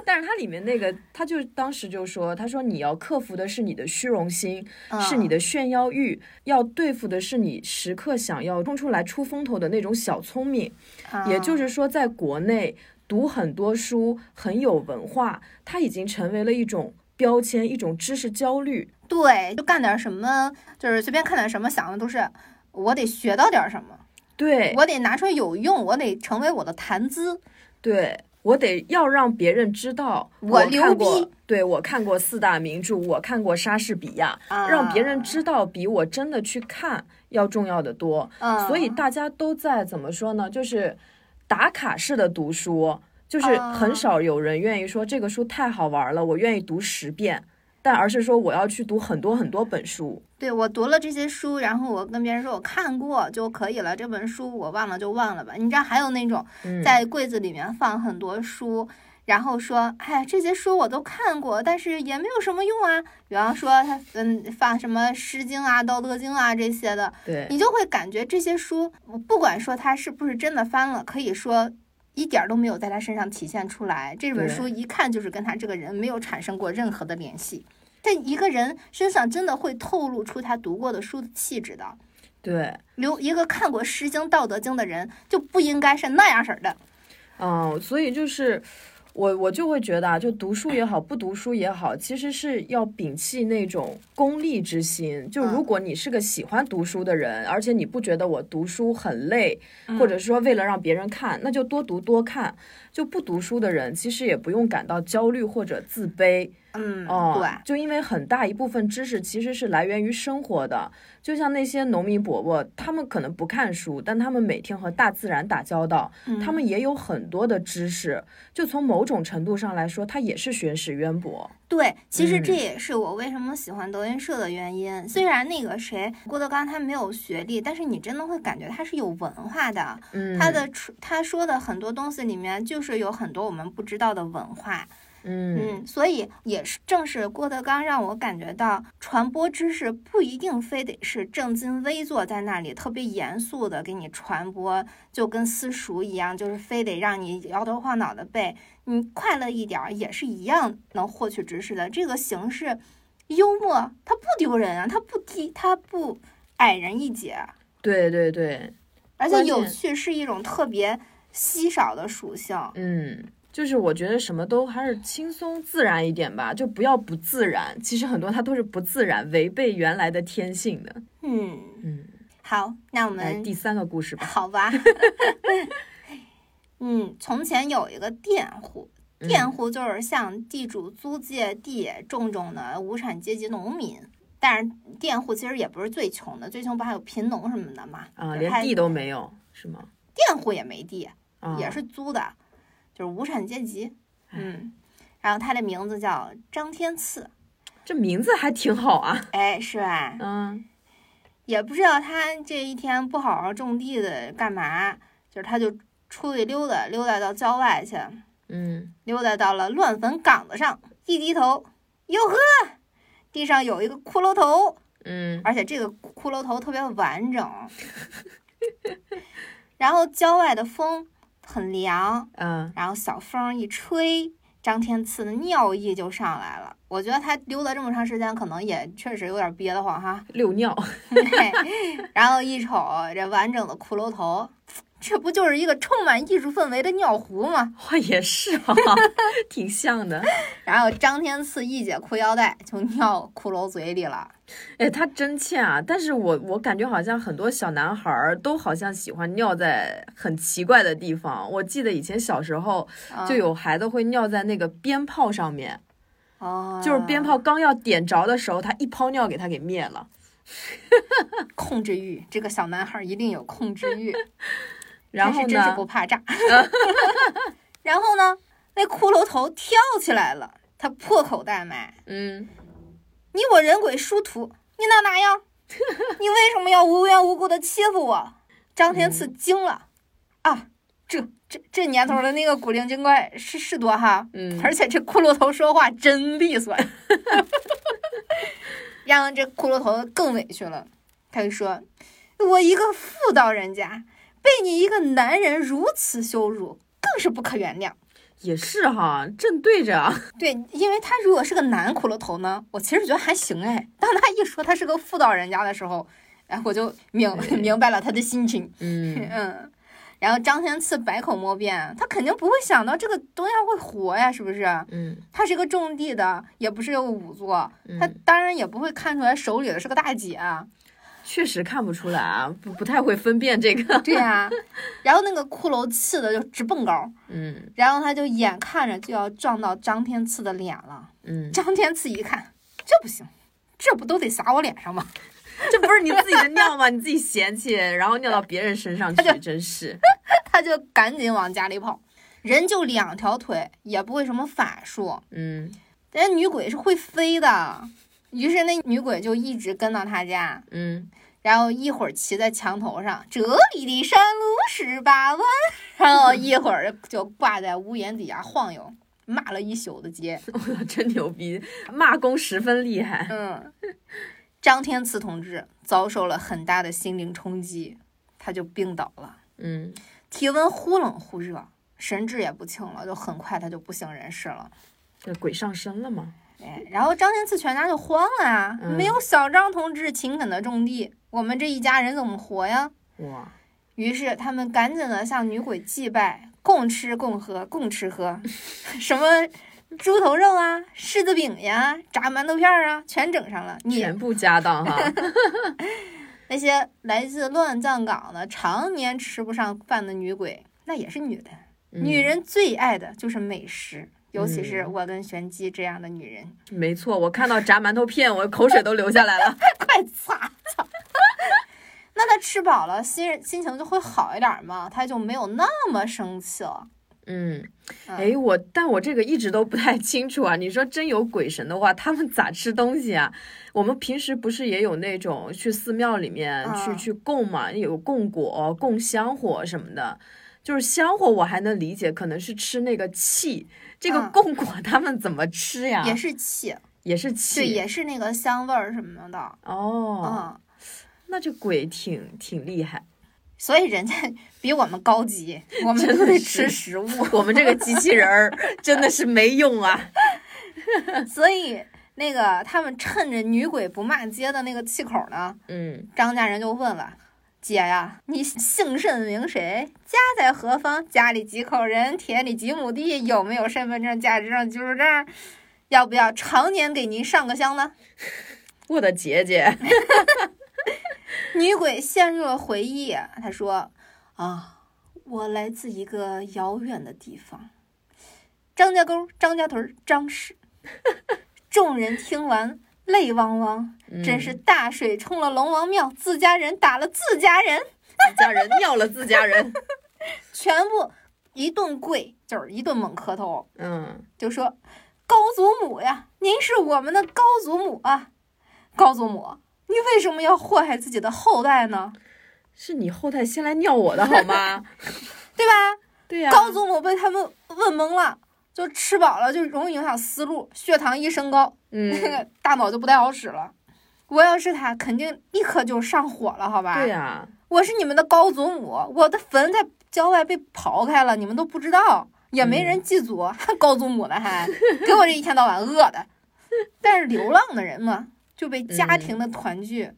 [SPEAKER 2] 但是它里面那个，他就当时就说，他说你要克服的是你的虚荣心， 是你
[SPEAKER 1] 的，
[SPEAKER 2] 的炫耀欲，要对付的是你时刻想要冲出来出风头的那种小聪明。
[SPEAKER 1] 嗯
[SPEAKER 2] 也就是说，在国内读很多书，很有文化，它已经成为了一种标签，一种知识焦虑。
[SPEAKER 1] 对，就干点什么，就是随便看点什么，想的都是我得学到点什么。
[SPEAKER 2] 对
[SPEAKER 1] 我得拿出来有用，我得成为我的谈资。
[SPEAKER 2] 对。我得要让别人知道
[SPEAKER 1] 我牛
[SPEAKER 2] 看过
[SPEAKER 1] 逼，
[SPEAKER 2] 对我看过四大名著，我看过莎士比亚，
[SPEAKER 1] 啊
[SPEAKER 2] 让别人知道比我真的去看要重要的多。
[SPEAKER 1] 嗯、
[SPEAKER 2] 所以大家都在怎么说呢？就是打卡式的读书，就是
[SPEAKER 1] 嗯
[SPEAKER 2] 很少有人愿意说这个书太好玩了，我愿意读十遍，但而是说我要去读很多很多本书。
[SPEAKER 1] 对我读了这些书，然后我跟别人说我看过就可以了，这本书我忘了就忘了吧。你知道还有那种
[SPEAKER 2] 嗯，
[SPEAKER 1] 在柜子里面放很多书。然后说，哎，这些书我都看过，但是也没有什么用啊。比方说他，嗯，放什么《诗经》啊、《道德经啊》这些的，
[SPEAKER 2] 对
[SPEAKER 1] 你就会感觉这些书，我不管说它是不是真的翻了，可以说一点儿都没有在他身上体现出来。这本
[SPEAKER 2] 对
[SPEAKER 1] 书一看就是跟他这个人没有产生过任何的联系。但一个人身上真的会透露出他读过的书的气质的。
[SPEAKER 2] 对，
[SPEAKER 1] 留一个看过《诗经》《道德经》的人就不应该是那样式儿的。
[SPEAKER 2] 嗯，所以就是我我就会觉得啊，就读书也好，不读书也好，其实是要摒弃那种功利之心。就
[SPEAKER 1] 嗯
[SPEAKER 2] 如果你是个喜欢读书的人，而且你不觉得我读书很累，
[SPEAKER 1] 嗯
[SPEAKER 2] 或者说为了让别人看，那就多读多看。就不读书的人，其实也不用感到焦虑或者自卑。
[SPEAKER 1] 嗯，
[SPEAKER 2] 哦，
[SPEAKER 1] 对，
[SPEAKER 2] 就因为很大一部分知识其实是来源于生活的，就像那些农民伯伯，他们可能不看书，但他们每天和大自然打交道，
[SPEAKER 1] 嗯
[SPEAKER 2] 他们也有很多的知识。就从某种程度上来说，他也是学识渊博。
[SPEAKER 1] 对，其实
[SPEAKER 2] 嗯
[SPEAKER 1] 这也是我为什么喜欢德云社的原因。虽然那个谁郭德纲他没有学历，但是你真的会感觉他是有文化的。
[SPEAKER 2] 嗯，
[SPEAKER 1] 他的出他说的很多东西里面，就是有很多我们不知道的文化。
[SPEAKER 2] 嗯
[SPEAKER 1] 嗯，所以也是正是郭德纲让我感觉到，传播知识不一定非得是正襟危坐在那里特别严肃的给你传播，就跟私塾一样，就是非得让你摇头晃脑的背。你快乐一点儿也是一样能获取知识的。这个形式幽默，它不丢人啊，它不低，它不矮人一截，啊
[SPEAKER 2] 对对对，
[SPEAKER 1] 而且
[SPEAKER 2] 关
[SPEAKER 1] 有
[SPEAKER 2] 键
[SPEAKER 1] 趣是一种特别稀少的属性。
[SPEAKER 2] 嗯。就是我觉得什么都还是轻松自然一点吧，就不要不自然。其实很多它都是不自然，违背原来的天性的。
[SPEAKER 1] 嗯
[SPEAKER 2] 嗯，
[SPEAKER 1] 好，那我
[SPEAKER 2] 来
[SPEAKER 1] 们
[SPEAKER 2] 第三个故事吧。
[SPEAKER 1] 好 吧。嗯，从前有一个佃户，
[SPEAKER 2] 嗯
[SPEAKER 1] 佃户就是向地主租借地种种的无产阶级农民。但是佃户其实也不是最穷的，最穷不还有贫农什么的嘛？
[SPEAKER 2] 啊，
[SPEAKER 1] 就是
[SPEAKER 2] 连
[SPEAKER 1] 他
[SPEAKER 2] 地都没有是吗？
[SPEAKER 1] 佃户也没地，
[SPEAKER 2] 啊，
[SPEAKER 1] 也是租的，就是无产阶级。
[SPEAKER 2] 哎
[SPEAKER 1] 嗯，然后他的名字叫张天赐，
[SPEAKER 2] 这名字还挺好啊。
[SPEAKER 1] 哎，是吧？
[SPEAKER 2] 嗯
[SPEAKER 1] 也不知道他这一天不好好种地的干嘛，就是他就出去溜达，溜达到郊外去，
[SPEAKER 2] 嗯，
[SPEAKER 1] 溜达到了乱坟岗子上，一低头，哟呵，地上有一个骷髅头，
[SPEAKER 2] 嗯
[SPEAKER 1] 而且这个骷髅头特别完整。然后郊外的风很凉，
[SPEAKER 2] 啊
[SPEAKER 1] 然后小风一吹，张天赐的尿意就上来了。我觉得他溜达这么长时间，可能也确实有点憋得慌哈。
[SPEAKER 2] 遛尿，
[SPEAKER 1] 对， 然后一瞅这完整的骷髅头，这不就是一个充满艺术氛围的尿壶吗？
[SPEAKER 2] 哇，也是啊，挺像的。
[SPEAKER 1] 然后张天赐一解裤腰带，就尿骷髅嘴里了。
[SPEAKER 2] 哎，他真欠啊！但是我我感觉好像很多小男孩儿都好像喜欢尿在很奇怪的地方。我记得以前小时候
[SPEAKER 1] 啊
[SPEAKER 2] 就有孩子会尿在那个鞭炮上面，
[SPEAKER 1] 哦，
[SPEAKER 2] 就是鞭炮刚要点着的时候，他一泡尿给他给灭了。
[SPEAKER 1] 控制欲，这个小男孩一定有控制欲，
[SPEAKER 2] 然
[SPEAKER 1] 但
[SPEAKER 2] 后
[SPEAKER 1] 是真是
[SPEAKER 2] 呢
[SPEAKER 1] 不，怕 炸。然后呢，那骷髅头跳起来了，他破口大骂
[SPEAKER 2] 嗯，：“
[SPEAKER 1] 你我人鬼殊途，你哪哪样？你为什么要无缘无故的欺负我？”张天赐惊了，啊，这这这年头的那个古灵精怪是是多哈，
[SPEAKER 2] 嗯
[SPEAKER 1] 而且这骷髅头说话真利索，让这骷髅头更委屈了。他就说：“我一个妇道人家，被你一个男人如此羞辱，更是不可原谅。
[SPEAKER 2] 也是哈，正对 着啊。”
[SPEAKER 1] 对，因为他如果是个男骷髅头呢，我其实觉得还行哎。当他一说他是个妇道人家的时候，哎，我就明 明白了他的心情。
[SPEAKER 2] 嗯，
[SPEAKER 1] 嗯，然后张天赐百口莫辩，他肯定不会想到这个东西会火呀，是不是？
[SPEAKER 2] 嗯
[SPEAKER 1] 他是个种地的，也不是个仵作，他
[SPEAKER 2] 嗯，
[SPEAKER 1] 当然也不会看出来手里的是个大姐啊，
[SPEAKER 2] 确实看不出来啊，不不太会分辨这 个。
[SPEAKER 1] 对呀、 然后那个骷髅气的就直蹦高，
[SPEAKER 2] 嗯
[SPEAKER 1] 然后他就眼看着就要撞到张天赐的脸了。
[SPEAKER 2] 嗯，
[SPEAKER 1] 张天赐一看，这不行，这不都得撒我脸上吗？
[SPEAKER 2] 这不是你自己的尿吗？你自己嫌弃，然后尿到别人身上
[SPEAKER 1] 他
[SPEAKER 2] 去，真是。
[SPEAKER 1] 他就赶紧往家里跑，人就两条腿，也不会什么法术，
[SPEAKER 2] 嗯
[SPEAKER 1] 人家女鬼是会飞的，于是那女鬼就一直跟到他家，
[SPEAKER 2] 嗯，
[SPEAKER 1] 然后一会儿骑在墙头上，这里的山路十八弯， 然后一会儿就挂在屋檐底下晃悠，骂了一宿的街。
[SPEAKER 2] 我 真牛逼，骂功十分厉害。
[SPEAKER 1] 嗯，张天赐同志遭受了很大的心灵冲击，他就病倒了，
[SPEAKER 2] 嗯
[SPEAKER 1] 体温忽冷忽热，神志也不清了，就很快他就不省人事了。
[SPEAKER 2] 这鬼上身了吗？
[SPEAKER 1] 哎，然后张天赐全家就慌了啊，
[SPEAKER 2] 嗯
[SPEAKER 1] 没有小张同志勤恳的种地，我们这一家人怎么活呀？
[SPEAKER 2] 哇，
[SPEAKER 1] 于是他们赶紧的向女鬼祭拜，共吃共喝，共吃喝， 什么猪头肉啊、柿子饼呀、炸馒头片儿啊，全整上了。你
[SPEAKER 2] 全部家当哈，
[SPEAKER 1] 那些来自乱葬岗的常年吃不上饭的女鬼，那也是女的。
[SPEAKER 2] 嗯
[SPEAKER 1] 女人最爱的就是美食，尤其是我跟玄机这样的女人，
[SPEAKER 2] 没错，我看到炸馒头片，我口水都流下来了。
[SPEAKER 1] 快擦擦。 那她吃饱了，心心情就会好一点嘛，她就没有那么生气了。
[SPEAKER 2] 嗯，
[SPEAKER 1] 嗯
[SPEAKER 2] 哎，我但我这个一直都不太清楚啊。你说真有鬼神的话，他们咋吃东西啊？我们平时不是也有那种去寺庙里面去、
[SPEAKER 1] 嗯
[SPEAKER 2] 去供嘛，有供果、供香火什么的。就是香火我还能理解，可能是吃那个气。这个
[SPEAKER 1] 嗯
[SPEAKER 2] 供果他们怎么吃呀？
[SPEAKER 1] 也是气，
[SPEAKER 2] 也是
[SPEAKER 1] 对，
[SPEAKER 2] 气。
[SPEAKER 1] 也是那个香味儿什么的，
[SPEAKER 2] 哦，
[SPEAKER 1] 嗯，
[SPEAKER 2] 那这鬼挺挺厉害。
[SPEAKER 1] 所以人家 比我们高级，我们都得吃食物，
[SPEAKER 2] 我们这个机器人儿真的是没用 啊。
[SPEAKER 1] 所以那个他们趁着女鬼不骂街的那个气口呢，
[SPEAKER 2] 嗯，
[SPEAKER 1] 张家人就问了：“姐呀，你姓甚名谁？家在何方？家里几口人？田里几亩地？有没有身份证、价值证、居住证？要不要常年给您上个香呢
[SPEAKER 2] 我的姐姐，？”
[SPEAKER 1] 女鬼陷入了回忆，她说：“啊，我来自一个遥远的地方，张家沟、张家屯、张氏。” 众人听完泪汪汪，
[SPEAKER 2] 嗯
[SPEAKER 1] 真是大水冲了龙王庙，自家人打了自家人。
[SPEAKER 2] 自家人尿了自家人。
[SPEAKER 1] 全部一顿跪，就是一顿猛磕头，
[SPEAKER 2] 嗯，
[SPEAKER 1] 就说：“高祖母呀，您是我们的高祖母啊，高祖母，你为什么要祸害自己的后代呢？
[SPEAKER 2] 是你后代先来尿我的好 吗？
[SPEAKER 1] 对吧？”
[SPEAKER 2] 对啊呀、
[SPEAKER 1] 高祖母被他们问懵了，就吃饱了就容易影响思路，血糖一升高，那
[SPEAKER 2] 嗯，
[SPEAKER 1] 个 大脑就不太好使了。我要是他，肯定立刻就上火了，好吧？
[SPEAKER 2] 对啊呀、
[SPEAKER 1] 我是你们的高祖母，我的坟在郊外被刨开了，你们都不知道，也没
[SPEAKER 2] 嗯
[SPEAKER 1] 人祭祖， 还高祖母呢还，给我这一天到晚饿的。但是流浪的人嘛，就被家
[SPEAKER 2] 嗯
[SPEAKER 1] 庭的团聚、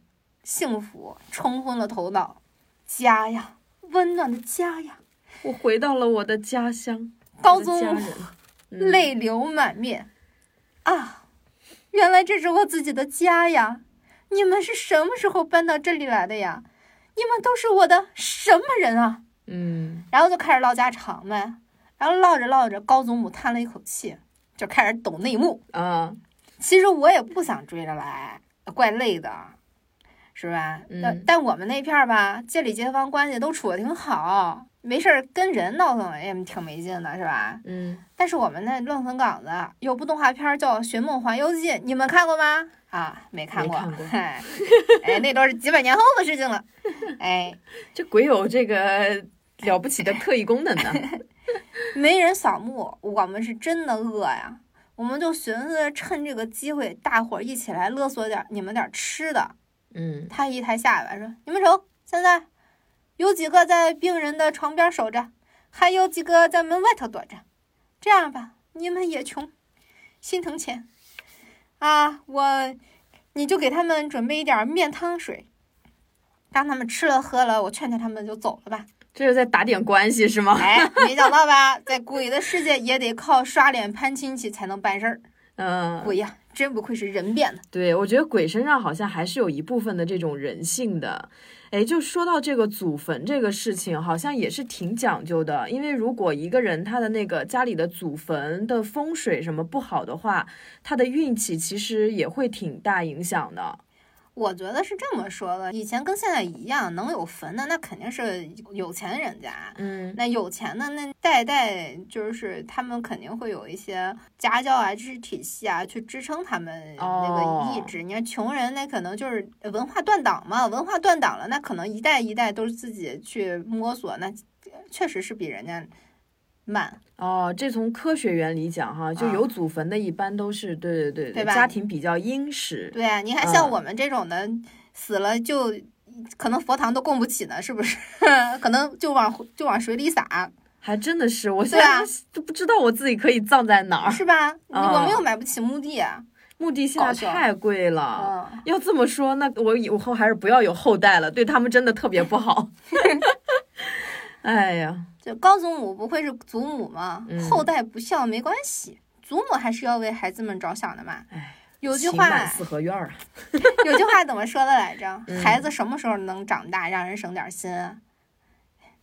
[SPEAKER 1] 幸福冲昏了头脑。家呀，温暖的家呀，
[SPEAKER 2] 我回到了我的家乡，
[SPEAKER 1] 高
[SPEAKER 2] 我的
[SPEAKER 1] 祖
[SPEAKER 2] 家
[SPEAKER 1] 母
[SPEAKER 2] 人。嗯，
[SPEAKER 1] 泪流满面啊！原来这是我自己的家呀！你们是什么时候搬到这里来的呀？你们都是我的什么人啊？
[SPEAKER 2] 嗯，
[SPEAKER 1] 然后就开始唠家常呗。然后唠着唠着，高祖母叹了一口气，就开始抖内幕。
[SPEAKER 2] 啊，
[SPEAKER 1] 其实我也不想追着来，怪累的，是吧？
[SPEAKER 2] 嗯
[SPEAKER 1] 但但我们那片儿吧，街里街坊关系都处的挺好，没事儿跟人闹腾也挺没劲的，是吧？
[SPEAKER 2] 嗯，
[SPEAKER 1] 但是我们那乱坟岗子有部动画片儿叫《寻梦环游记》，你们看过吗？啊，没看过，
[SPEAKER 2] 没看过
[SPEAKER 1] 哎，哎，那都是几百年后的事情了， 哎。
[SPEAKER 2] 这鬼有这个了不起的特异功能呢。
[SPEAKER 1] 没人扫墓，我们是真的饿呀。我们就寻思趁这个机会，大伙儿一起来勒索点儿你们点儿吃的。
[SPEAKER 2] 嗯，
[SPEAKER 1] 他一抬下巴说：“你们瞅，现在有几个在病人的床边守着，还有几个在门外头躲着。这样吧，你们也穷，心疼钱啊，我你就给他们准备一点儿面汤水，让他们吃了喝了，我劝劝他们就走了吧。”
[SPEAKER 2] 这是在打点关系是吗？
[SPEAKER 1] 哎，没想到吧，在鬼的世界也得靠刷脸攀亲戚才能办事儿。
[SPEAKER 2] 嗯，
[SPEAKER 1] 鬼呀，真不愧是人变的。
[SPEAKER 2] 对，我觉得鬼身上好像还是有一部分的这种人性的。哎，就说到这个祖坟这个事情，好像也是挺讲究的。因为如果一个人他的那个家里的祖坟的风水什么不好的话，他的运气其实也会挺大影响的。
[SPEAKER 1] 我觉得是这么说的，以前跟现在一样，能有坟的那肯定是有钱人家。
[SPEAKER 2] 嗯
[SPEAKER 1] 那有钱的那代代就是他们肯定会有一些家教啊、知识体系啊去支撑他们那个意志。你看穷人那可能就是呃文化断档嘛，文化断档了，那可能一代一代都是自己去摸索，那确实是比人家慢。
[SPEAKER 2] 哦，这从科学原理讲哈，就
[SPEAKER 1] 啊
[SPEAKER 2] 有祖坟的，一般都是对对对
[SPEAKER 1] 对吧
[SPEAKER 2] 家庭比较殷实。
[SPEAKER 1] 对啊，你看
[SPEAKER 2] 嗯
[SPEAKER 1] 像我们这种的，死了就可能佛堂都供不起呢，是不 是？可能就往就往水里撒，
[SPEAKER 2] 还真的是，我现
[SPEAKER 1] 对啊
[SPEAKER 2] 在都不知道我自己可以葬在哪儿。
[SPEAKER 1] 是吧？你
[SPEAKER 2] 啊
[SPEAKER 1] 我们又买不起墓地啊，
[SPEAKER 2] 墓地现在
[SPEAKER 1] 搞笑
[SPEAKER 2] 太贵 了。
[SPEAKER 1] 嗯，
[SPEAKER 2] 要这么说，那我以后还是不要有后代了，对他们真的特别 不好。 哎呀，
[SPEAKER 1] 就高祖母不愧是祖母嘛，
[SPEAKER 2] 嗯
[SPEAKER 1] 后代不孝没关系，祖母还是要为孩子们着想的嘛
[SPEAKER 2] 哎。
[SPEAKER 1] 有句
[SPEAKER 2] 情
[SPEAKER 1] 话，
[SPEAKER 2] 满四合院儿啊，
[SPEAKER 1] 有句话怎么说的来着？
[SPEAKER 2] 嗯
[SPEAKER 1] 孩子什么时候能长大，让人省点心啊？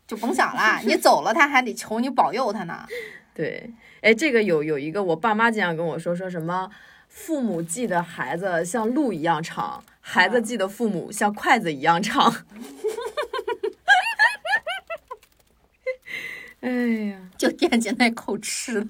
[SPEAKER 1] 就甭想 了，你走了他还得求你保佑他呢。
[SPEAKER 2] 对，哎，这个有有一个，我爸妈经常跟我说，说什么父母记得孩子像路一样长，孩
[SPEAKER 1] 嗯
[SPEAKER 2] 子记得父母像筷子一样长。 哎呀，
[SPEAKER 1] 就惦记那口吃了。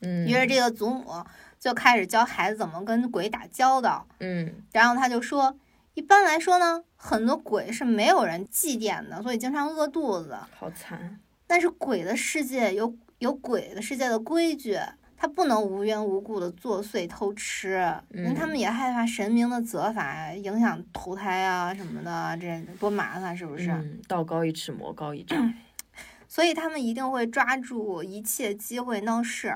[SPEAKER 1] 于
[SPEAKER 2] 嗯
[SPEAKER 1] 是这个祖母就开始教孩子怎么跟鬼打交道，
[SPEAKER 2] 嗯
[SPEAKER 1] 然后他就说，一般来说呢，很多鬼是没有人祭奠的，所以经常饿肚子。
[SPEAKER 2] 好惨，
[SPEAKER 1] 但是鬼的世界有有鬼的世界的规矩，他不能无缘无故的作祟偷吃，因为他
[SPEAKER 2] 嗯
[SPEAKER 1] 们也害怕神明的责罚，影响投胎啊什么的，这多麻烦是啊不是？
[SPEAKER 2] 嗯道高一尺，魔高一丈。
[SPEAKER 1] 所以他们一定会抓住一切机会闹事，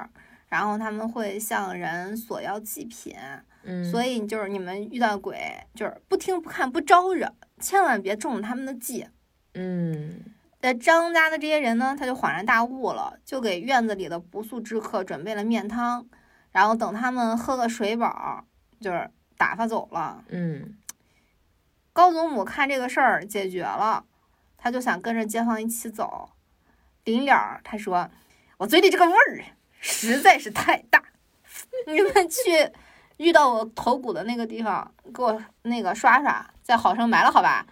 [SPEAKER 1] 然后他们会向人索要祭品。
[SPEAKER 2] 嗯，
[SPEAKER 1] 所以就是你们遇到鬼，就是不听不看不招惹，千万别中了他们的计。
[SPEAKER 2] 嗯
[SPEAKER 1] 呃，张家的这些人呢，他就恍然大悟了，就给院子里的不速之客准备了面汤，然后等他们喝个水饱，就是打发走了。
[SPEAKER 2] 嗯
[SPEAKER 1] 高祖母看这个事儿解决了，他就想跟着街坊一起走。临了，他说：“我嘴里这个味儿啊实在是太大， 你们去遇到我头骨的那个地方，给我那个刷刷，再好生埋了，好吧？”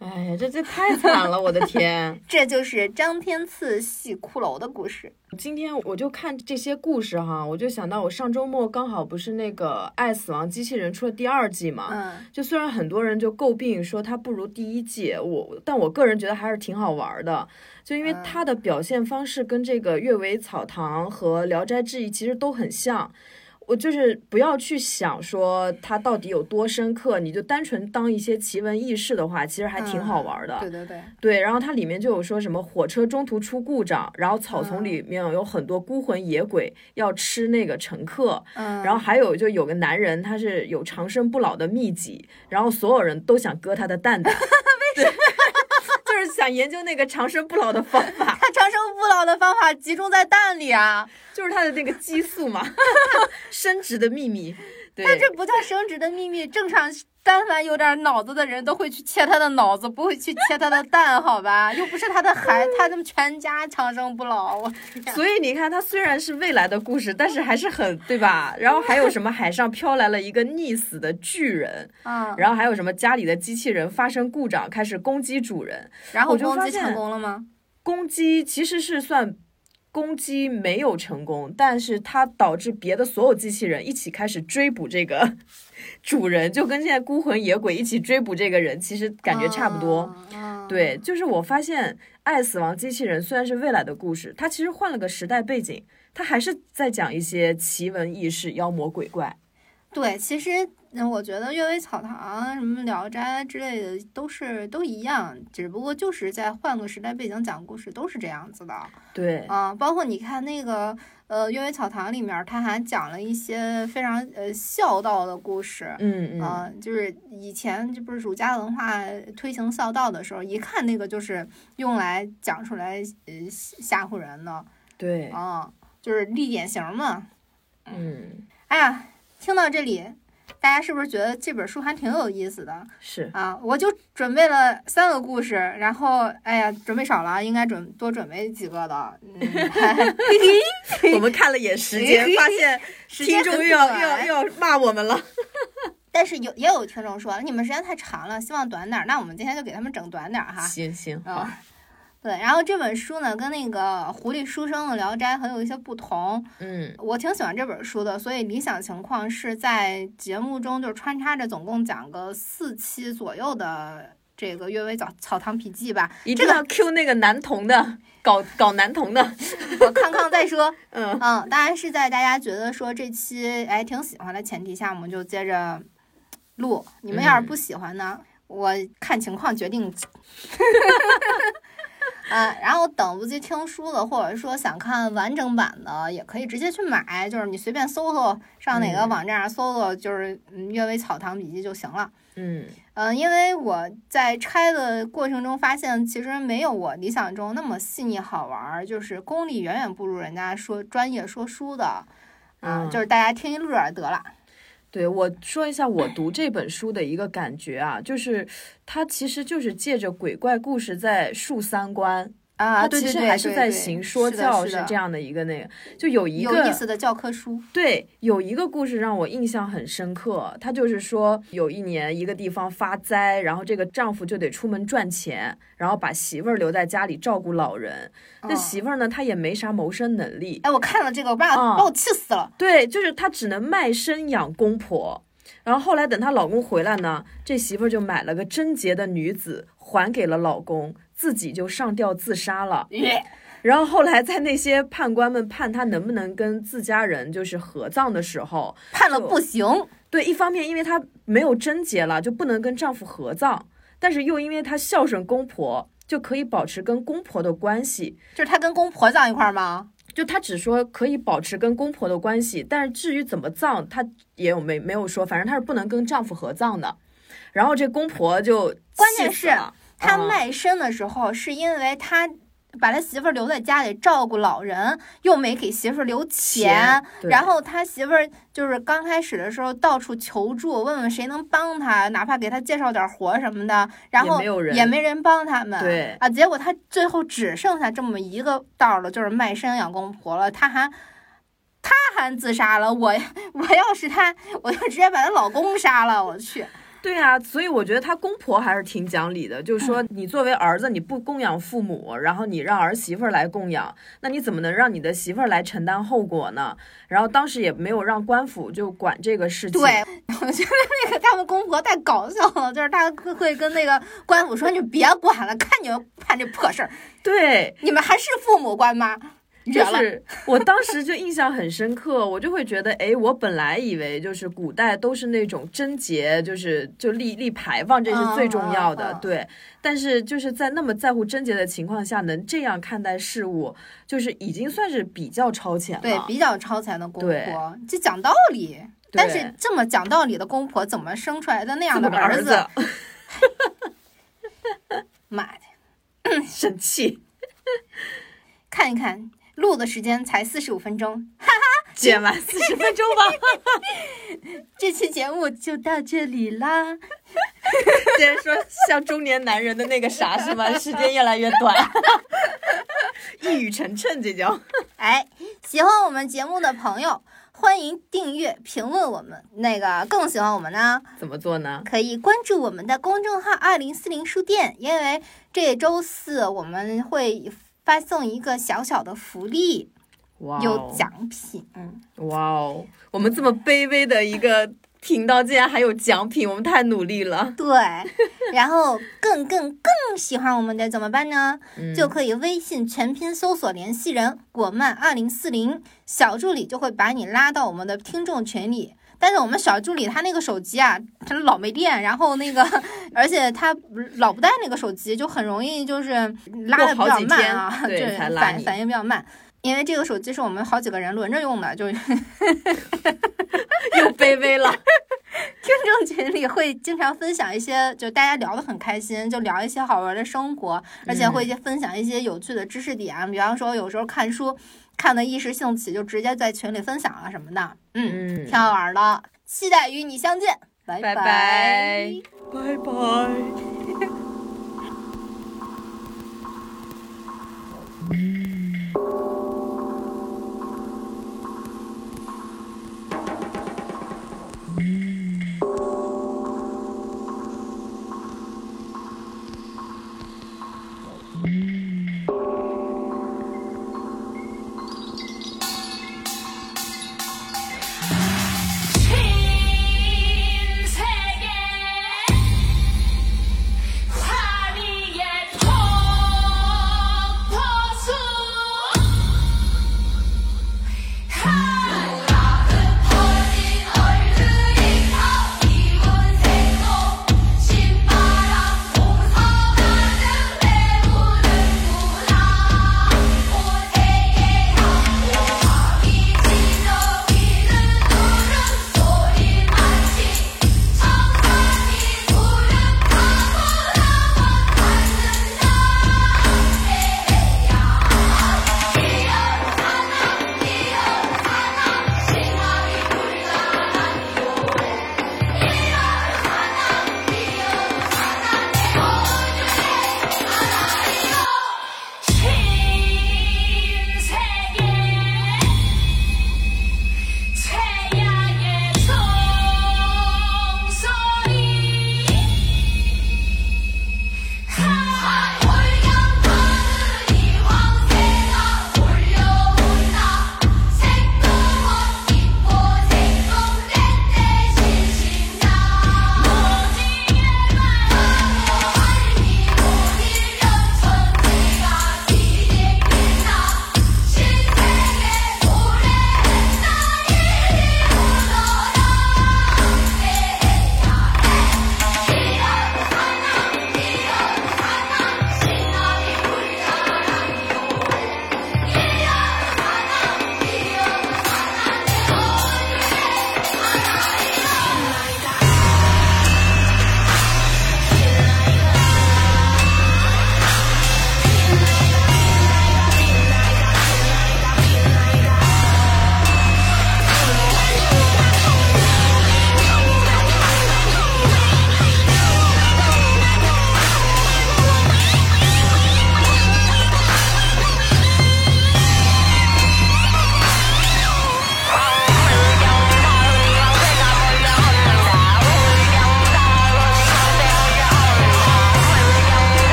[SPEAKER 2] 哎呀，这这太惨了，我的天！
[SPEAKER 1] 这就是张天赐戏骷髅的故事。
[SPEAKER 2] 今天我就看这些故事哈，我就想到我上周末刚好不是那个《爱死亡机器人》出了第二季嘛，
[SPEAKER 1] 嗯，
[SPEAKER 2] 就虽然很多人就诟病说它不如第一季，我但我个人觉得还是挺好玩的，就因为
[SPEAKER 1] 嗯
[SPEAKER 2] 它的表现方式跟这个《阅微草堂》和《聊斋志异》其实都很像。我就是不要去想说它到底有多深刻，你就单纯当一些奇闻异事的话，其实还挺好玩的。
[SPEAKER 1] 嗯对对对，
[SPEAKER 2] 对，然后它里面就有说什么火车中途出故障，然后草丛
[SPEAKER 1] 嗯
[SPEAKER 2] 里面有很多孤魂野鬼要吃那个乘客，
[SPEAKER 1] 嗯，
[SPEAKER 2] 然后还有就有个男人他是有长生不老的秘籍，然后所有人都想割他的 蛋蛋，对， 就是想研究那个长生不老的方法，
[SPEAKER 1] 他长生不老的方法集中在蛋里啊，
[SPEAKER 2] 就是他的那个激素嘛， 升职的秘密，对，
[SPEAKER 1] 但这不叫生殖的秘密。正常，但凡有点脑子的人都会去切他的脑子，不会去切他的蛋，好吧？又不是他的孩，他们全家长生不 老。我天
[SPEAKER 2] 所以你看，它虽然是未来的故事，但是还是很对吧？然后还有什么海上飘来了一个溺死的巨人，
[SPEAKER 1] 啊，
[SPEAKER 2] 然后还有什么家里的机器人发生故障，开始攻击主人。
[SPEAKER 1] 然后
[SPEAKER 2] 我就
[SPEAKER 1] 攻
[SPEAKER 2] 发
[SPEAKER 1] 击
[SPEAKER 2] 现
[SPEAKER 1] 成功了吗？
[SPEAKER 2] 攻击其实是算攻击没有成功，但是它导致别的所有机器人一起开始追捕这个 主人，就跟现在孤魂野鬼一起追捕这个人，其实感觉差不多。
[SPEAKER 1] 啊。啊
[SPEAKER 2] 对，，就是我发现《爱死亡机器人》虽然是未来的故事，它其实换了个时代背景，它还是在讲一些奇闻异事、妖魔鬼怪。
[SPEAKER 1] 对，其实嗯我觉得《阅微草堂》啊什么《聊斋》之类的都是都一样，只不过就是在换个时代背景讲故事，都是这样子的。
[SPEAKER 2] 对，
[SPEAKER 1] 啊，包括你看那个呃《阅微草堂》里面儿，他还讲了一些非常呃孝道的故事。
[SPEAKER 2] 嗯嗯，
[SPEAKER 1] 啊，就是以前这不是儒家文化推行孝道的时候，一看那个就是用来讲出来呃吓唬人的
[SPEAKER 2] 对，
[SPEAKER 1] 啊，就是立典型嘛。
[SPEAKER 2] 嗯，
[SPEAKER 1] 哎呀，听到这里，大家是不是觉得这本书还挺有意思的
[SPEAKER 2] 是。
[SPEAKER 1] 啊？我就准备了三个故事，然后哎呀，准备少了，应该准多准备几个的。 嗯
[SPEAKER 2] 我们看了眼时间，发现
[SPEAKER 1] 时
[SPEAKER 2] 听
[SPEAKER 1] 间
[SPEAKER 2] 众
[SPEAKER 1] 很
[SPEAKER 2] 又要
[SPEAKER 1] 短
[SPEAKER 2] 又要又要骂我们了。
[SPEAKER 1] 但是有也有听众说，你们时间太长了，希望短点儿。那我们今天就给他们整短点儿哈。
[SPEAKER 2] 行行，
[SPEAKER 1] 啊、 对。然后这本书呢，跟那个《狐狸书生的聊斋》很有一些不同。
[SPEAKER 2] 嗯
[SPEAKER 1] 我挺喜欢这本书的，所以理想情况是在节目中就穿插着，总共讲个四期左右的这个《阅微草草堂笔记》吧。
[SPEAKER 2] 一定要 Q 那个男童的，搞搞男童的，
[SPEAKER 1] 我看看再说。
[SPEAKER 2] 嗯
[SPEAKER 1] 嗯，当然是在大家觉得说这期哎挺喜欢的前提下，我们就接着录。你
[SPEAKER 2] 嗯
[SPEAKER 1] 们要是不喜欢呢，我看情况决定。啊，然后等不及听书的，或者说想看完整版的，也可以直接去买，就是你随便搜搜，上哪个
[SPEAKER 2] 嗯
[SPEAKER 1] 网站上搜搜，就是嗯《阅微草堂笔记》就行了。
[SPEAKER 2] 嗯
[SPEAKER 1] 嗯，因为我在拆的过程中发现，其实没有我理想中那么细腻好玩儿，就是功力远远不如人家说专业说书的，啊、
[SPEAKER 2] 嗯
[SPEAKER 1] 就是大家听一乐儿得了。
[SPEAKER 2] 对我说一下我读这本书的一个感觉啊，就是它其实就是借着鬼怪故事在树三观，
[SPEAKER 1] 啊，
[SPEAKER 2] 它
[SPEAKER 1] 对
[SPEAKER 2] 其
[SPEAKER 1] 对
[SPEAKER 2] 实
[SPEAKER 1] 对，
[SPEAKER 2] 还是
[SPEAKER 1] 对
[SPEAKER 2] 在
[SPEAKER 1] 对
[SPEAKER 2] 行说
[SPEAKER 1] 是的
[SPEAKER 2] 教，
[SPEAKER 1] 是
[SPEAKER 2] 是
[SPEAKER 1] 的
[SPEAKER 2] 这样的一个那个，就有一
[SPEAKER 1] 有意
[SPEAKER 2] 个
[SPEAKER 1] 思的教科书。
[SPEAKER 2] 对有一个故事让我印象很深刻，它就是说有一年一个地方发灾，然后这个丈夫就得出门赚钱，然后把媳妇儿留在家里照顾老人，那
[SPEAKER 1] 嗯
[SPEAKER 2] 媳妇儿呢她也没啥谋生能力，
[SPEAKER 1] 哎，我看了这个，我把
[SPEAKER 2] 嗯
[SPEAKER 1] 把我气死了。
[SPEAKER 2] 对，就是她只能卖身养公婆。然后后来等她老公回来呢，这媳妇儿就买了个贞洁的女子还给了老公，自己就上吊自杀了。 然后后来在那些判官们判她能不能跟自家人就是合葬的时候，
[SPEAKER 1] 判了
[SPEAKER 2] 就
[SPEAKER 1] 不行，
[SPEAKER 2] 对，一方面因为她没有贞洁了，就不能跟丈夫合葬，但是又因为她孝顺公婆，就可以保持跟公婆的关系。
[SPEAKER 1] 就是他跟公婆葬一块儿吗？
[SPEAKER 2] 就她只说可以保持跟公婆的关系，但是至于怎么葬，她也有没没有说，反正她是不能跟丈夫合葬的。然后这公婆就
[SPEAKER 1] 关键
[SPEAKER 2] 气死
[SPEAKER 1] 是
[SPEAKER 2] 了
[SPEAKER 1] 他
[SPEAKER 2] 嗯
[SPEAKER 1] 卖身的时候，是因为他把他媳妇儿留在家里照顾老人，又没给媳妇儿留钱，
[SPEAKER 2] 对
[SPEAKER 1] 然后他媳妇儿就是刚开始的时候到处求助，问问谁能帮他，哪怕给他介绍点活什么的，然
[SPEAKER 2] 也
[SPEAKER 1] 后
[SPEAKER 2] 没有人
[SPEAKER 1] 也没人帮他们。
[SPEAKER 2] 对
[SPEAKER 1] 啊，结果他最后只剩下这么一个道儿了，就是卖身养公婆了。他还他还自杀了，我我要 是他，我就直接把她老公杀了，我去。
[SPEAKER 2] 对啊，所以我觉得她公婆还是挺讲理的，就是说你作为儿子，你不供养父母，然后你让儿媳妇儿来供养，那你怎么能让你的媳妇儿来承担后果呢？然后当时也没有让官府就管这个事情，
[SPEAKER 1] 对，我觉得那个他们公婆太搞笑了，就是他会跟那个官府说：“你别管了，看你们办这破事儿，
[SPEAKER 2] 对，
[SPEAKER 1] 你们还是父母官吗？”绝
[SPEAKER 2] 就
[SPEAKER 1] 了，
[SPEAKER 2] 是我当时就印象很深刻，我就会觉得，哎，我本来以为就是古代都是那种贞洁，就是就立立牌坊，这是最重要
[SPEAKER 1] 嗯
[SPEAKER 2] 的，
[SPEAKER 1] 嗯嗯
[SPEAKER 2] 对。但是就是在那么在乎贞洁的情况下，能这样看待事物，就是已经算是比较超前了。
[SPEAKER 1] 对，比较超前的公
[SPEAKER 2] 啊对
[SPEAKER 1] 婆，这讲道理。
[SPEAKER 2] 对
[SPEAKER 1] 但是这么讲道理的公婆，怎么生出来的那
[SPEAKER 2] 这
[SPEAKER 1] 样
[SPEAKER 2] 么
[SPEAKER 1] 的
[SPEAKER 2] 个儿
[SPEAKER 1] 子？
[SPEAKER 2] 子
[SPEAKER 1] 妈的，
[SPEAKER 2] 生气，
[SPEAKER 1] 看一看，录的时间才四十五分钟，
[SPEAKER 2] 剪完四十分钟 吧，
[SPEAKER 1] 这期节目就到这里啦。
[SPEAKER 2] 接着说像中年男人的那个啥是吗？时间越来越短， 一语成谶，这叫。
[SPEAKER 1] 哎，喜欢我们节目的朋友，欢迎订阅、评论我们。那个更喜欢我们呢，
[SPEAKER 2] 怎么做呢？
[SPEAKER 1] 可以关注我们的公众号“二零四零书店”，因为这周四我们会发送一个小小的福利，
[SPEAKER 2] 哇、哦，
[SPEAKER 1] 有奖品。嗯，
[SPEAKER 2] 哇哦，我们这么卑微的一个频道，竟然还有奖品，我们太努力了。
[SPEAKER 1] 对。然后更更更喜欢我们的怎么办呢？嗯
[SPEAKER 2] 嗯
[SPEAKER 1] 就可以微信全拼搜索联系人果曼二零四零，小助理就会把你拉到我们的听众群里。但是我们小助理他那个手机啊，他老没电，然后那个， 而且他老不带那个手机，就很容易就是拉的比
[SPEAKER 2] 过好
[SPEAKER 1] 较
[SPEAKER 2] 几
[SPEAKER 1] 慢啊，
[SPEAKER 2] 天对
[SPEAKER 1] 就是
[SPEAKER 2] 才拉
[SPEAKER 1] 反
[SPEAKER 2] 你
[SPEAKER 1] 反应比较慢。因为这个手机是我们好几个人轮着用的，就是
[SPEAKER 2] 又卑微了。
[SPEAKER 1] 听众群里会经常分享一些，就大家聊得很开心，就聊一些好玩的生活，而且会分享一些有趣的知识点，比方说有时候看书看的一时兴起，就直接在群里分享了什么的，嗯，
[SPEAKER 2] 嗯
[SPEAKER 1] 挺好玩的，期待与你相见，拜拜
[SPEAKER 2] 拜拜拜拜。